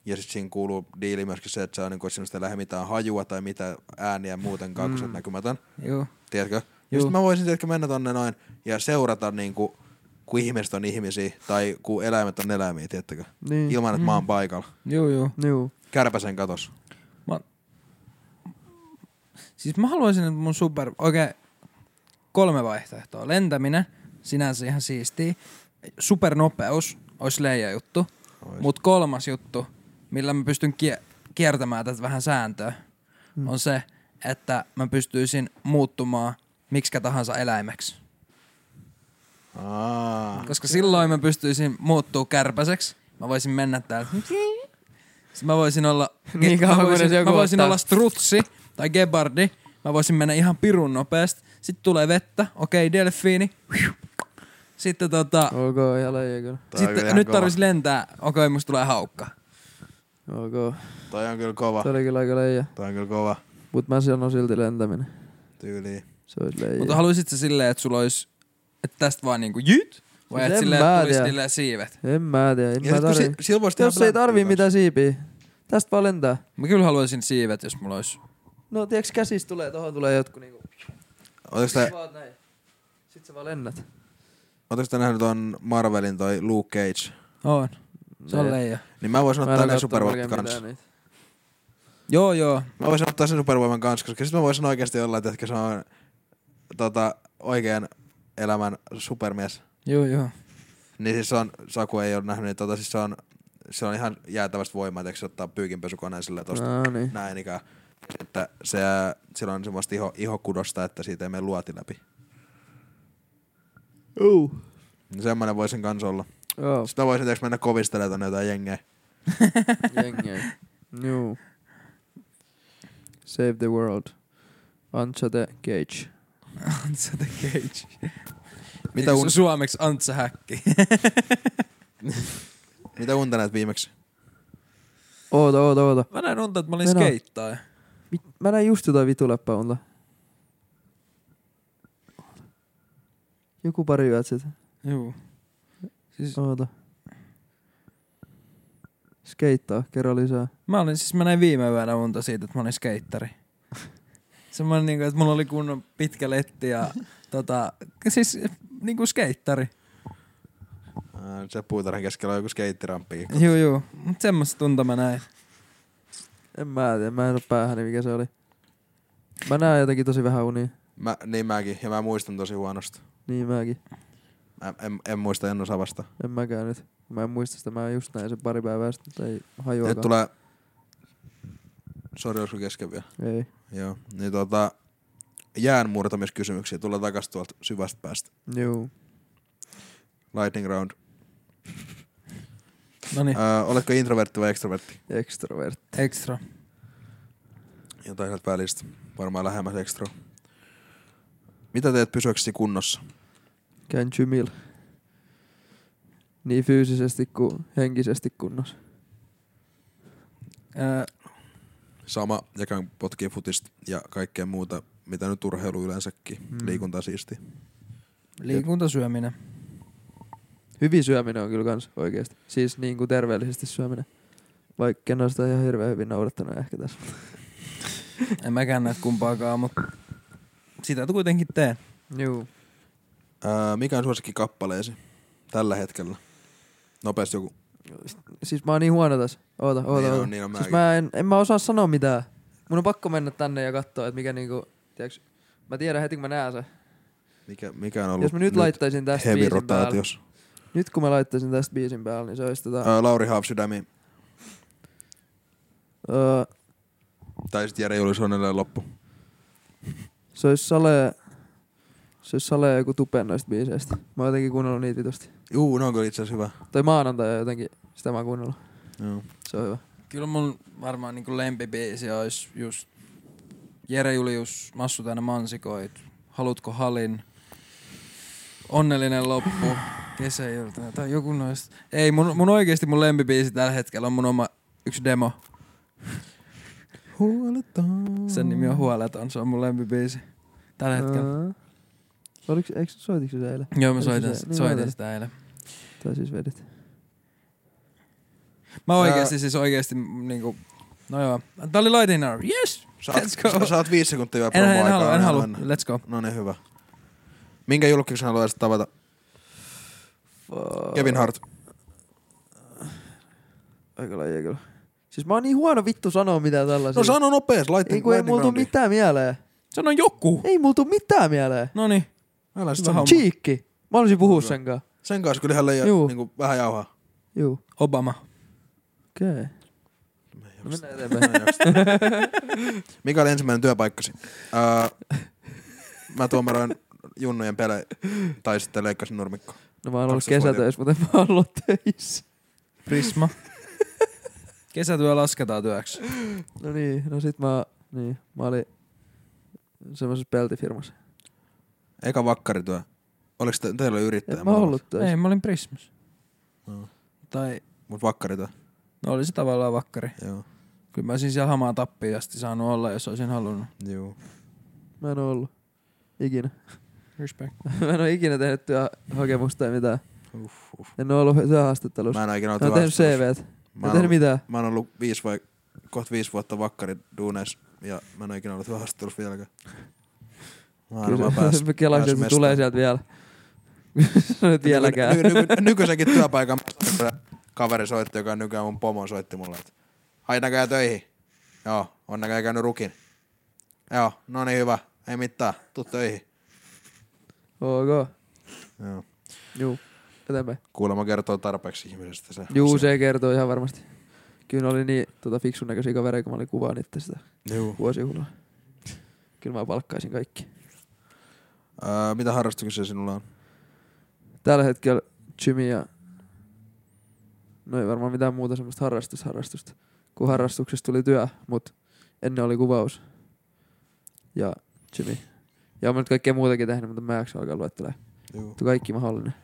Ja sit siinä kuuluu diili myöskin se, että sä niinku, et sinusta ei lähde mitään hajua tai mitään ääniä muutenkaan, mm. kun sä oot näkymätön.
Juu.
Tiedätkö? Ja
Juu.
sit mä voisin tiedätkö, mennä tonne noin ja seurata niinku, kun ihmiset on ihmisiä tai kun eläimet on eläimiä, tiedättekö?
Niin.
Ilman, että mä oon paikalla.
Juu, juu.
Juu.
Kärpäsen katos.
Siis mä haluaisin, että mun super... Oikein kolme vaihtoehtoa. Lentäminen, sinänsä ihan siistiä. Supernopeus olisi leija juttu.
Ois.
Mutta kolmas juttu, millä mä pystyn kie- kiertämään tätä vähän sääntöä,
Mm.
mm. on se, että mä pystyisin muuttumaan miksikä tahansa eläimeksi.
Aa.
Koska silloin mä pystyisin muuttuu kärpäseksi. Mä voisin mennä täällä. Sitten mä voisin olla...
Niin kauan,
mä
kunnes
voisin,
joku
mä voisin
ottaa.
olla strutsi tai gebardi. Mä voisin mennä ihan pirun nopeasti. Sitten tulee vettä. Okei, delfiini. Sitten tota...
Ah. Ok, ihan lajia kyllä.
Tää on kyllä
Sitten
ihan
nyt
kova.
tarvitsisi lentää. Okei, musta tulee haukka.
Ok.
Toi on kyllä kova.
Se oli kyllä aika leija.
Toi on kyllä kova.
Mut mä sanon silti lentäminen.
Tyyli.
Se olisi leija.
Mutta haluaisit sä silleen, että sulla olisi... Että tästä vaan niinku jyt? Vai
Mut
että
Siis en
silleen,
mä
että tulisi
tiedä.
silleen siivet?
En mä tiedä, en
Ja
mä
sit kun si-
tarvii.
sillä voisi tehdä
Jos ei tarvii
blättiä
mitään siipiä, tästä vaan lentää.
Mä kyllä haluaisin siivet, jos mulla olisi...
No tiiäks käsistä tulee, tohon tulee jotkut niinku.
kanssa. Oletko
Sä
te,
vaan näin. Sit sä vaan lennät.
ootko te nähnyt ton Marvelin toi Luke Cage?
On. Se on
Ei.
leija.
Niin mä voisin
Mä en
ottaa
oo
ne
kattonut
supervoimat
oikein
kanssa.
mitään niitä.
Joo, joo.
Mä voisin ottaa sen supervoiman kanssa, koska sit mä voisin oikeasti olla, että ehkä se on tota, oikean elämän supermies.
Joo, joo.
Niin siis se on, Saku ei ole nähnyt, niin tota, siis se on, se on ihan jäätävästi voimaa, että se ottaa pyykinpesukoneen sillä tosta
No niin.
näin ikään. Että se, sillä on semmoista iho, ihokudosta, että siitä ei mene luoti läpi.
Uh.
Niin semmoinen voisin kans olla.
Joo,
Sitten mä voisin tiiäks, mennä kovistelemaan tonne jotain jengeä.
jengiä. Juu. Save the world. Antsa the cage.
Antsa the cage.
Mitä, un,
Suomeksi Antsa häkki.
mitä unta näet viimeksi?
Oota, oota, oota.
Mä näin unta, että mä olin
Meno.
skeittaaja.
Mit? Mä näin just jotain vituläppää unta. Joku pari yöt sitten.
Joo. Siis
Oota. Skeittaa, kerro lisää.
Mä olin siis, mä näin viime yönä unta siitä, että mä olin skeittari. Semmoinen niinku, että mulla oli kunnon pitkä letti ja tota, siis niinku skeittari.
Ää, Se puutarhan keskellä on joku skeittiramppi.
Juu, juu. Mut semmoista tunta mä näin.
En mä tiedä, mä en oo päähäni mikä se oli. Mä näen jotenkin tosi vähän unia.
Mä, niin mäkin, ja mä muistan tosi huonosti.
Niin mäkin.
Mä, en, en muista, en osaa vasta.
En mäkään nyt. Mä en muista sitä, mä just näin sen pari päivää sitten, mutta ei
Nyt
hajuakaan.
tulee... Sori, olisiko kesken vielä?
Ei.
Joo. Niin tota, jään murtamiskysymyksiä. Tulee takas tuolta syvästä päästä.
Juu.
Lightning round.
Eh.
Noniin,
Öö, oletko introvertti vai ekstrovertti?
Extrovert.
niin, ekstra.
Jotain sieltä välistä. Varmaan lähemmäs ekstro. Mitä teet pysyäksesi kunnossa?
Käyn chymil. Niin fyysisesti kuin henkisesti kunnossa.
Öö,
Sama, ja käyn potkii futista ja kaikkea muuta, mitä nyt urheilu yleensäkin.
Mm.
Mm. Liikunta siisti.
liikuntasyöminen.
Hyvin syöminen on kyllä kans oikeesti. Siis niin kuin terveellisesti syöminen. Vaikka en oo sitä ihan hirveän hyvin noudattanut ehkä tässä.
En mäkään näe kumpaakaan, mutta sitä kuitenkin teen.
Juu.
Öö, mikä on suosikki kappaleesi tällä hetkellä? Nopeasti joku.
Siis mä oon niin huono tässä. Oota, oota,
niin
oota.
on, niin on
Siis
mäkin.
mä en, en mä osaa sanoa mitään. Mun on pakko mennä tänne ja katsoa, että mikä niinku, tiiäks, mä tiedän heti kun mä näen sen.
Mikä, mikä on ollut
Jos mä nyt, laittaisin tästä
heavy
biisin päälle,
rotaatios.
nyt kun mä laittaisin tästä biisin päälle, niin se olisi tota,
Öö, Lauri Haapsydämi
öö,
tai sitten Jere Julisonelle loppu.
se olisi salee, se olisi salee joku tupen noista biiseistä. Mä oon jotenkin kuunnellut niitä vitusti.
Juu, ne on kyllä itse asiassa hyvä.
Tai maanantai jotenkin, sitä mä oon kuunnellut.
Joo.
Se on hyvä.
Kyllä mun varmaan niinku lempibiisi olisi just Jere Julius, Massu täynnä mansikoit, Halutko halin, Onnellinen loppu, Kesäilta tai joku noista. Ei, mun, mun oikeesti mun lempibiisi tällä hetkellä on mun oma yksi demo.
Huoletaan.
Sen nimi on Huoleton, se on mun lempibiisi tällä hetkellä.
Öö, Oliks, eikö, soititko sä eilen?
Joo, mä
Eli se-
soitin,
niin mä
soitin
ajattelin.
sitä eilen.
Tai siis vedit?
Mä
Ää-
oikeesti siis oikeesti m- niinku, no joo. Tää oli Lightning Hour, yes!
Saat,
Let's go.
saat viisi sekuntia vielä
En, en
promo-aikaa.
halua, en halua,
anna.
let's go.
No niin, hyvä. Minkä julkiksen haluaisit tavata?
Fuck.
Kevin Hart.
Äh, Aika lajia kyllä. Siis mä oon niin huono vittu sanoa mitään tällaisia.
No sano nopees,
siis- Ei
lightning,
kun ei
lightning
mulla tuu
roundiin.
mitään mieleen.
Sano joku! No niin,
Ei mulla tuu mitään mieleen.
Noniin.
Älä sit
Hyvä
sano.
homma.
Cheekki. Mä olisin puhua
Hyvä.
sen kanssa.
Sen kanssa kyllä ihan leijaa
Juu.
niinku, vähän jauhaa.
Juu.
Obama.
Okei. Okay.
Mä en
No
jaksa.
mennään
Mä
eteenpäin.
en jaksa. Mikä oli ensimmäinen työpaikkasi? Öö, mä tuomaroin junnujen pelejä, tai sitten leikkasin nurmikkoa.
No mä oon ollut
12-vuotias.
kesätöissä, mutta en mä oon ollut töissä.
Prisma. Kesätyö lasketaan työksi.
No niin, no sit mä, niin, mä olin semmoisessa peltifirmassa.
Eka vakkarityö. Oliko te, teillä oli
En
yrittäjä?
mä ollut töissä.
Ei, mä olin Prismas.
No.
Tai,
Mutta vakkarityö,
no oli se tavallaan vakkari.
joo.
Kyllä mä olisin siellä hamaa tappiin asti saanut olla, jos olisin halunnut.
Joo.
Mä en oo ollut. Ikinä.
Respect.
mä en oo ikinä tehnyt työhakemusta tai mitään.
Uff, uff.
En oo ollut työhaastattelussa.
Mä en oo ikinä ollut
Mä oon tehnyt
työhaastattelussa.
CVt. Mä
Mä
en
en
tehnyt
ollut,
mitään.
mä oon ollut viisi vai kohta viisi vuotta vakkari duuneissa ja mä en oo ikinä ollut haastattelussa vieläkään. Mä en
Kyllä
varmaan
se-
pääs,
mä
pääs
kelasin, että se
mestaan.
tulee sieltä vielä. Sanoit vieläkään.
Nyky, nyky, nyky, nykyisenkin työpaikan kaveri soitti, joka on nykyään mun pomo, soitti mulle, että hait näköjään töihin. Joo, on näköjään käynyt rukin. Joo, no niin hyvä, ei mitään, tuu töihin.
Ok.
Joo.
Juu. Eteenpäin.
Kuulemma kertoo tarpeeksi ihmisestä se.
Juu, se kertoo ihan varmasti. Kyllä ne oli niin tota, fiksun näköisiä kavereita, kun mä olin kuvaan itse sitä
Juu.
vuosijuhlaa. Kyllä mä palkkaisin kaikki.
Öö, mitä harrastuksia sinulla on?
Tällä hetkellä Jimmy ja... No ei varmaan mitään muuta semmoista harrastusharrastusta. Kun harrastuksesta tuli työ, mut ennen oli kuvaus. Ja Jimmy. Ja mä nyt kaikkea muutakin tehnyt, mutta mä en jaksa alkaa luettelee.
Juu.
Mutta kaikki mahdollinen.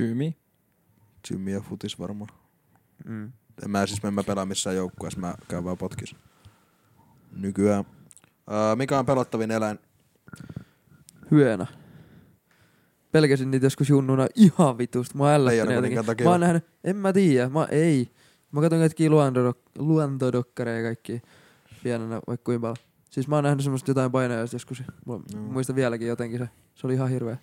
Jimmy.
Jimmy ja futis varmaan.
Mm.
En mä siis en mä pelaa missään joukkueessa, mä käyn vaan potkis. Nykyään. Öö, mikä on pelottavin eläin?
Hyönä. Pelkäsin niitä joskus junnuna ihan vitusta. Mä
Leijona
ällättänyt jotenkin.
kuninkaan takia.
Mä oon nähnyt, en mä tiedä, mä ei. Mä katson kaikkia luontodok- luontodokkareja ja kaikki pienenä vaikka kuinka paljon. Siis mä oon nähnyt semmoista jotain painajaista joskus. Mä
Joo.
muistan vieläkin jotenkin se. Se oli ihan hirveä.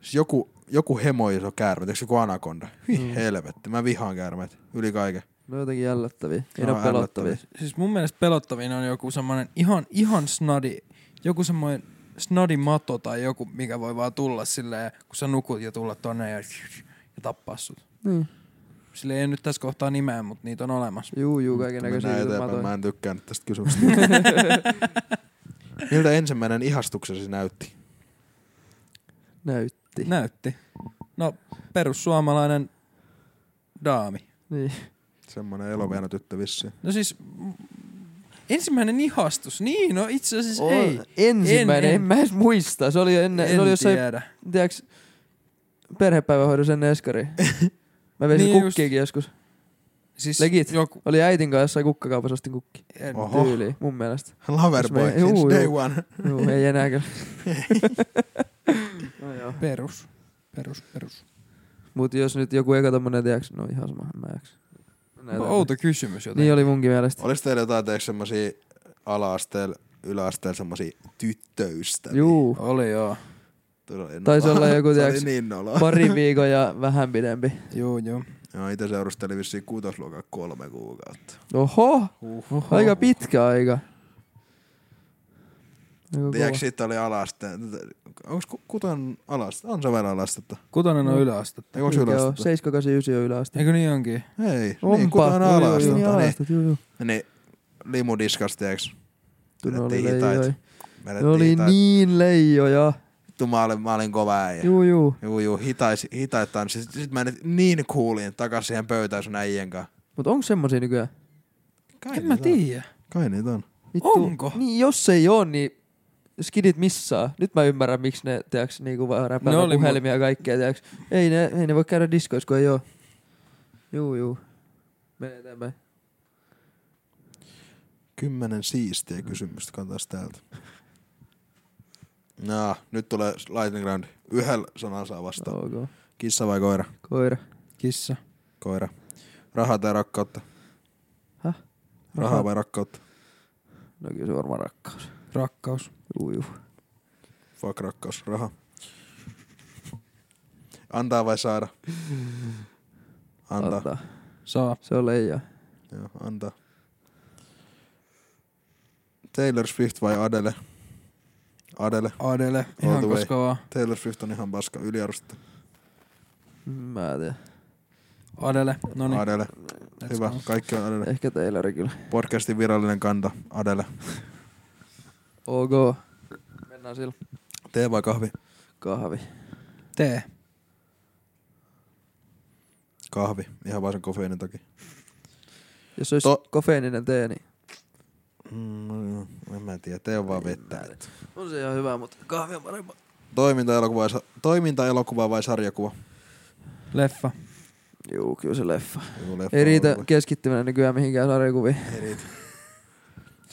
Siis joku, joku hemo iso käärme, eikö joku anakonda? Hyi
Mm.
mm. helvetti, mä vihaan käärmeet yli kaiken.
Ne on jotenkin jällättäviä. Ei
Ne
ne
on
ole pelottavia.
Siis mun mielestä pelottavin on joku semmoinen ihan, ihan snadi, joku semmoinen snadi mato tai joku, mikä voi vaan tulla silleen, kun sä nukut ja tulla tonne ja, ja tappaa sut.
Niin.
Sille ei nyt tässä kohtaa nimeä, mutta niitä on olemassa.
Juu, juu,
Mutta
kaiken
mennään
näköisiä
eteenpäin.
matoja.
Mä en tykkää nyt tästä kysymyksestä. Miltä ensimmäinen ihastuksesi näytti?
Näytti.
Näytti. No, perussuomalainen daami.
Niin.
Semmoinen eloveena tyttö vissiin.
No siis, mm, ensimmäinen ihastus. Niin, no itse asiassa
On.
ei. En-
Ensimmäinen, en, en.
en.
mä edes muista. Se oli, jo ennen,
En
se oli jossain
tiedä.
tiedäks, perhepäivähoidossa ennen eskari. Mä
Niin
vein niin
just.
kukkiakin joskus.
Siis
Legit.
Joku,
Oli äitin kanssa jossain kukkakaupassa ostin kukki.
en,
Oho.
Tyyli, mun mielestä.
Loverboy,
Jos Siis me- juu,
since day
juu.
one.
Juu, ei enää kyllä. no joo.
perus. Perus, perus.
Mut jos nyt joku eka tommonen, tiedäks, no ihan sama, mä jaks. Näin
Outo kysymys
on.
jotenkin.
Niin oli munkin mielestä.
Olis teillä jotain teeksi semmosia ala-asteella, yläasteella semmosia tyttöystäviä?
Juu.
Oli joo.
Todella
Taisi
noloa.
olla joku,
Se oli
tiiäks-
niin noloa.
Pari viikon ja vähän pidempi.
Joo, joo.
Joo, ite seurustelin vissiin kuutosluokan kolme kuukautta.
Oho!
Oho.
Aika pitkä aika. Aika
Tiedätkö,
kova.
siitä oli alaste. Onks ku- kuton alaste? On se vielä alastetta.
Kutonen on
Mm.
yläastetta.
Ei, onks
Mikä on?
yläastetta?
789 on yläaste.
Eikö niin onkin?
Ei,
Onpa.
niin kuton
Joo, joo, Niin
alastetta. Niin,
alasta, juu, juu.
niin limudiskasta, tiiäks?
Tunnu oli
Vedettiin
leijoi.
hitaita.
Ne oli
Vedettiin hitaita.
niin leijoja.
Vittu, mä olin, mä olin kova äijä.
Juu, juu.
Juu, juu, hitais, hitait tanssi. Sitten mä nyt niin kuulin takas siihen pöytään sun äijien kanssa.
Mut onko semmosia nykyään?
Kai
En mä
niitä on.
tiedä.
Kai niitä on.
Onko?
Niin, jos ei oo, niin skidit missaa. Nyt mä ymmärrän, miksi ne, tiiäks, niinku vaan räpää
Ne oli mu-
puhelimia ja kaikkea, tiiäks. Ei ne, ei ne voi käydä diskoissa, kun ei oo. Juu, juu. Mene eteenpäin.
Kymmenen siistiä kysymystä, katsotaan täältä. No, nyt tulee lightning round. Yhdellä sanan saa vastata.
Ok.
Kissa vai koira?
Koira.
Kissa.
Koira. Rahaa tai rakkautta?
Häh?
Rahaa vai rakkautta?
No kyllä se varmaan rakkaus.
Rakkaus.
Juu, juu.
Fuck rakkaus, raha. Antaa vai saada? Antaa.
Antaa.
Saa.
Se on leija.
Joo, antaa. Taylor Swift vai Adele? Adele.
Adele.
All
Ihan
the way.
koska vaan.
Taylor Swift on ihan paska, yliarvostettu.
Mä en tiedä.
Adele. No niin.
Adele, hyvä. Kaikki on
No.
Adele.
Ehkä Taylori kyllä.
Podcastin virallinen kanta, Adele.
Ok. Mennään sillä.
Tee vai kahvi?
Kahvi.
Tee.
Kahvi, ihan vaan sen kofeiinin takia.
Jos olisi
To-
kofeiininen tee, niin
Mm, no joo, en En mä tiedä, te on vaan vettä.
On se ihan hyvä, mutta kahvi on parempi.
Toimintaelokuva, vai sa- toimintaelokuva vai sarjakuva?
Leffa.
Juu, kyllä se leffa.
Joku leffa
Ei riitä
on-
keskittyminen nykyään mihinkään sarjakuviin.
Ei riitä.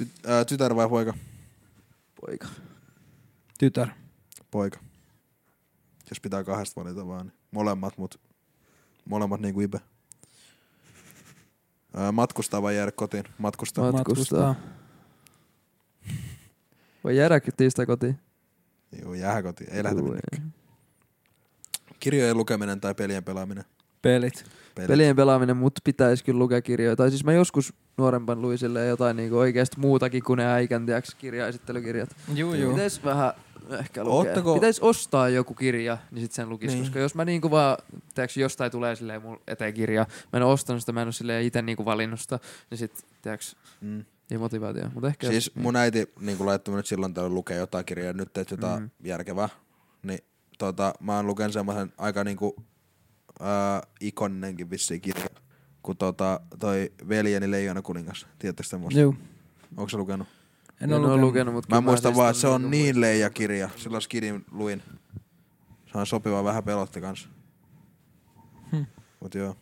Ty- ää, tytär vai poika?
Poika.
Tytär.
Poika. Jos pitää kahdesta valita vaan. niin Molemmat, mut molemmat niinku Ibe. Ää, matkustaa vai jäädä kotiin? Matkustaa.
Mat- Matkustaa. Voi jäädäkin tiistai kotiin.
Joo, jäädä kotiin. Ei lähdetä.
Juu,
minnekään. Kirjojen lukeminen tai pelien pelaaminen?
Pelit.
Pelit.
Pelien pelaaminen, mut pitäisi kyllä lukea kirjoja. Tai siis mä joskus nuorempan luin silleen jotain niinku oikeasti muutakin kuin ne äikän, tiiäks, kirjaesittelykirjat.
Juu,
Pitäis vähän ehkä lukea.
Ootteko-
Ootteko... Pitäis ostaa joku kirja, niin sit sen lukis.
Niin.
Niin. Koska jos mä niinku vaan, tiiäks, jostain tulee silleen mun eteen kirja, mä en oo ostanut sitä, mä en oo silleen ite niinku valinnut sitä, niin sit, tiiäks,
Mm.
ei motivaatio. Mut ehkä...
Siis mun äiti niin laittoi minut silloin tällöin lukea jotain kirjaa, nyt teet jotain
Mm.
mm. järkevää. Niin tota, mä oon lukenut semmoisen aika niinku äh, ikoninenkin vissiin kirja, kun tota, toi Veljeni Leijona kuningas. Tiedättekö tämmöistä?
Juu.
Onko se lukenut?
En, en oo lukenut, mut
Mä
kyllä
muistan
siis
vaan,
tän
että se on
niinku-
niin leija kirja. Silloin skidin luin. Se on sopiva vähän pelotti kanssa.
Hmm.
Mut joo.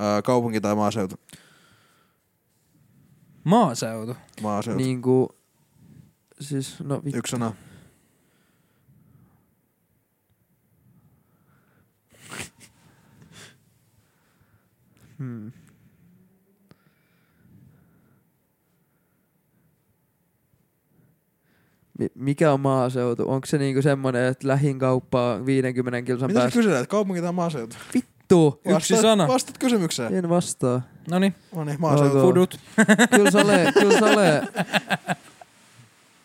Äh, kaupunki tai maaseutu?
Maaseutu.
Maaseutu. Niin.
Niinku... Siis, no vittu.
Yksi sana.
Hmm. Mi- mikä on maaseutu? Onko se niinku semmonen, että lähin kauppaa 50 kilsan
Mitä sä
päässä?
kyselet? Kaupunki tai maaseutu?
Vittu!
Yksi
Vastaat-
sana.
Vastat kysymykseen.
En vastaa.
Noniin.
No niin, maaseutu.
Joo.
Fudut.
Kyllä se ole, kyllä se ole.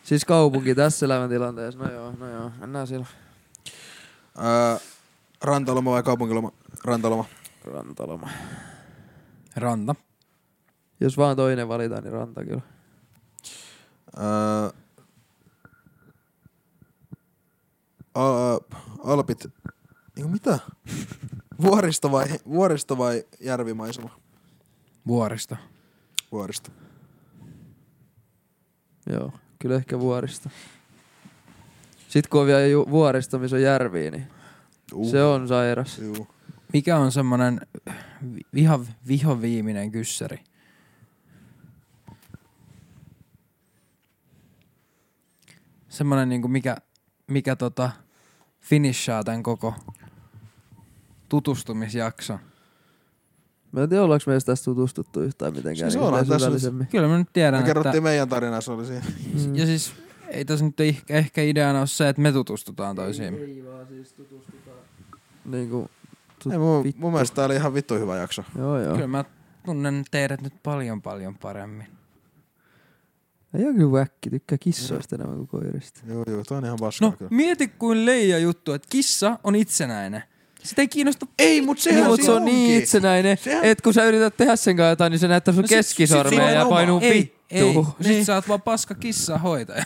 Siis kaupunki tässä elämäntilanteessa. No joo, no joo. Mennään sillä.
Öö, rantaloma vai kaupunkiloma? Rantaloma.
Rantaloma.
Ranta.
Jos vaan toinen valitaan, niin ranta kyllä.
Öö, öö, alpit. Niinku mitä? Vuoristo vai, vuoristo vai järvimaisema?
Vuoristo.
Vuoristo.
Joo, kyllä ehkä vuorista. Sitten kun on vielä ju- vuorista, missä on järviä, niin
Juu,
se on sairas.
Juu.
Mikä on semmonen vi- ihan vihoviimeinen kyssäri? Semmonen niinku mikä, mikä tota finishaa tän koko tutustumisjakson.
Mä en tiedä, ollaanko meistä tässä tutustuttu yhtään mitenkään.
Siis
niin
ollaan tässä
syvällisemmin.
Kyllä mä nyt
Me
tiedän, että...
kerrottiin meidän tarinaa, se oli siinä.
Mm.
Ja siis ei tässä nyt ehkä, ehkä ideana ole se, että me tutustutaan toisiimme.
Ei vaan siis tutustutaan. Niin kuin, Tut-
Ei, mun,
vittu.
mun mielestä tää oli ihan vittu hyvä jakso.
joo joo.
Kyllä mä tunnen teidät nyt paljon paljon paremmin.
Ei ole kyllä väkki, tykkää kissoista enemmän kuin koirista.
Joo, joo, toi on ihan paskaa
No
no. kyllä.
mieti kuin leija juttu, että kissa on itsenäinen. Sitä ei kiinnosta.
Ei, mut sehän
Niin, mutta
siinä
se on niin
onkin.
itsenäinen,
Sehän-
että kun sä yrität tehdä sen kanssa jotain, niin se näyttää sun
No
no,
sit- sit
keskisormea
siinä
ja
on
painuu
oma. Ei, ei.
vittuun.
Sitten sä oot vaan paska kissa hoitaja.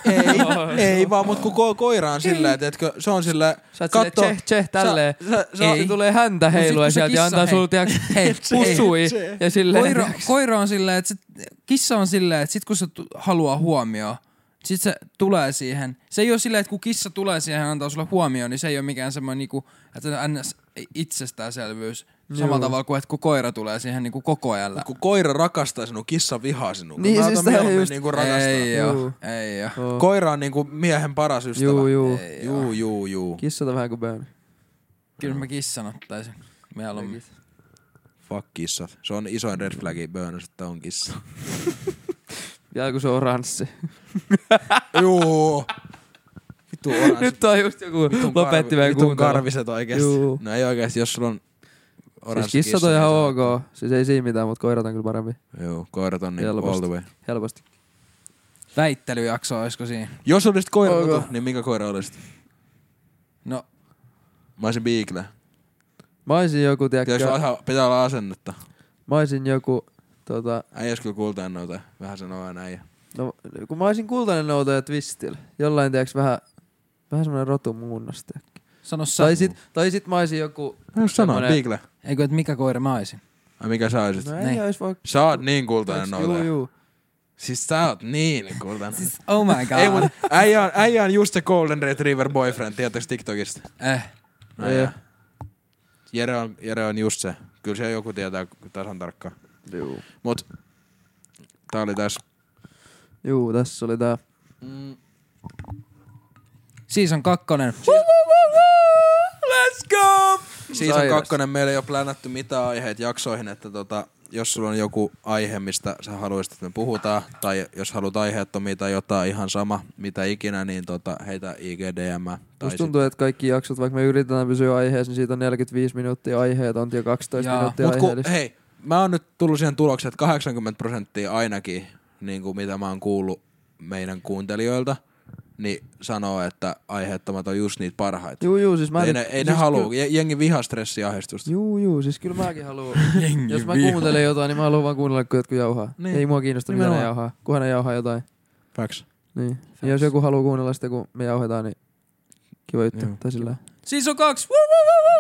Ei, ei vaan, mut kun ko- koira on silleen, että etkö, se on silleen...
Sä oot Katso, tseh, tseh, tälleen.
Sä, sä, sä,
Sitten tulee häntä
No sit
heilua
kun se
sieltä ja
kissa-
antaa
hei,
sulle tiiäks,
hei,
pussui. Ja silleen,
Koira,
tiiäks,
koira on silleen, että se, kissa on silleen, että sit kun se tu- haluaa huomioon, sit se tulee siihen. Se ei ole silleen, että kun kissa tulee siihen ja antaa sulle huomioon, niin se ei ole mikään semmoinen niinku, että ns. itsestäänselvyys. Samalla tavalla kuin, että kun koira tulee siihen niinku koko ajan. lä-
kun koira rakastaa sinua, kissa vihaa sinua.
Niin,
Mä
siis
otan
tää
mieluummin
just-
niinku rakastaa.
Ei oo,
Juu.
ei oo.
Joo.
Koira on niinku miehen paras ystävä.
Juu, juu.
Ei oo.
juu, juu, juu.
Kissat on vähän kuin böön.
Kyllä mä kissan ottaisin. Mieluummin.
Fuck kissat. Se on isoin red flagi Burners, että on kissa.
Ja kun se on oranssi.
juu. Vittu oranssi.
Nyt on just joku
Vitun
lopetti
karvi-
meidän
vitun
kuuntelun.
karviset oikeesti.
Juu.
No ei oikeesti, jos sulla on
Siis
oranssi
kissat
kissa,
on
niin se-
ihan ok. Siis ei siinä mitään, mutta koirat on kyllä paremmin.
Juu, koirat on niin
Helposti.
all the way.
Helposti.
Väittelyjakso, olisiko siinä?
Jos olisit koira,
Ok.
okay. niin mikä koira olisit?
No,
Mä olisin beagle.
Mä oisin joku,
Tiedätkö,
tiedätkö,
sulla ihan- pitää olla asennetta.
mä oisin joku, tota,
Äijäs kyllä kultaan noita. Vähän sanoo aina äijä.
no, kun mä oisin kultainen noutaja twistil. Jollain, tiedätkö, vähän, vähän semmonen rotu muunnosta.
sano sä.
Tai sit, tai sit mä oisin joku,
Mä just sanoin,
Semmonen-
beagle.
Eikö, että mikä koira mä oisin?
Ai mikä sä olisit?
no
Niin.
ei ois vaan
Sä oot niin kultainen noutaja.
Juu, juu.
Siis sä oot niin, kuulen.
Siis, oh my god.
Ei, mut äijä on, äijä on just se Golden Retriever boyfriend, tietääks TikTokista?
Eh.
No joo. Jere on, Jere on just se. Kyllä siellä joku tietää tasan tarkkaan.
Juu.
Mut tää oli tässä.
Juu, tässä oli tää.
Season kakkonen. Let's go!
Season
Sairas.
kakkonen meillä ei ole plänätty mitään aiheet jaksoihin, että tota, jos sulla on joku aihe, mistä sä haluaisit, että me puhutaan, tai jos haluat aiheettomia tai jotain ihan sama, mitä ikinä, niin tota, heitä IGDM. Tai
Musta tuntuu, että kaikki jaksot, vaikka me yritetään pysyä aiheessa, niin siitä on 45 minuuttia aiheetonta ja 12
Jaa.
minuuttia
Mut ku,
aiheellista.
hei, mä oon nyt tullut siihen tulokseen, että 80 prosenttia ainakin, niin kuin mitä mä oon kuullut meidän kuuntelijoilta, niin sanoo, että aiheettomat on just niitä parhaita.
Juu, juu, siis mä...
ei
en-
ne, ei ne
siis
halua. Je- Jengi vihaa stressiahdistusta.
Juu, juu, siis kyllä mäkin haluan.
Jengi
Jos mä
vihaa.
kuuntelen jotain, niin mä haluan vaan kuunnella, kun jotkut jauhaa.
Niin.
Niin. Ei mua kiinnosta, mitä ne
Nimenomaan.
jauhaa, kunhan ne jauhaa jotain.
Facts.
Niin. Ja jos joku haluaa kuunnella sitä, kun me jauhetaan, niin kiva juttu.
Joo.
Tai sillä
Season kaksi. Woo, woo, woo,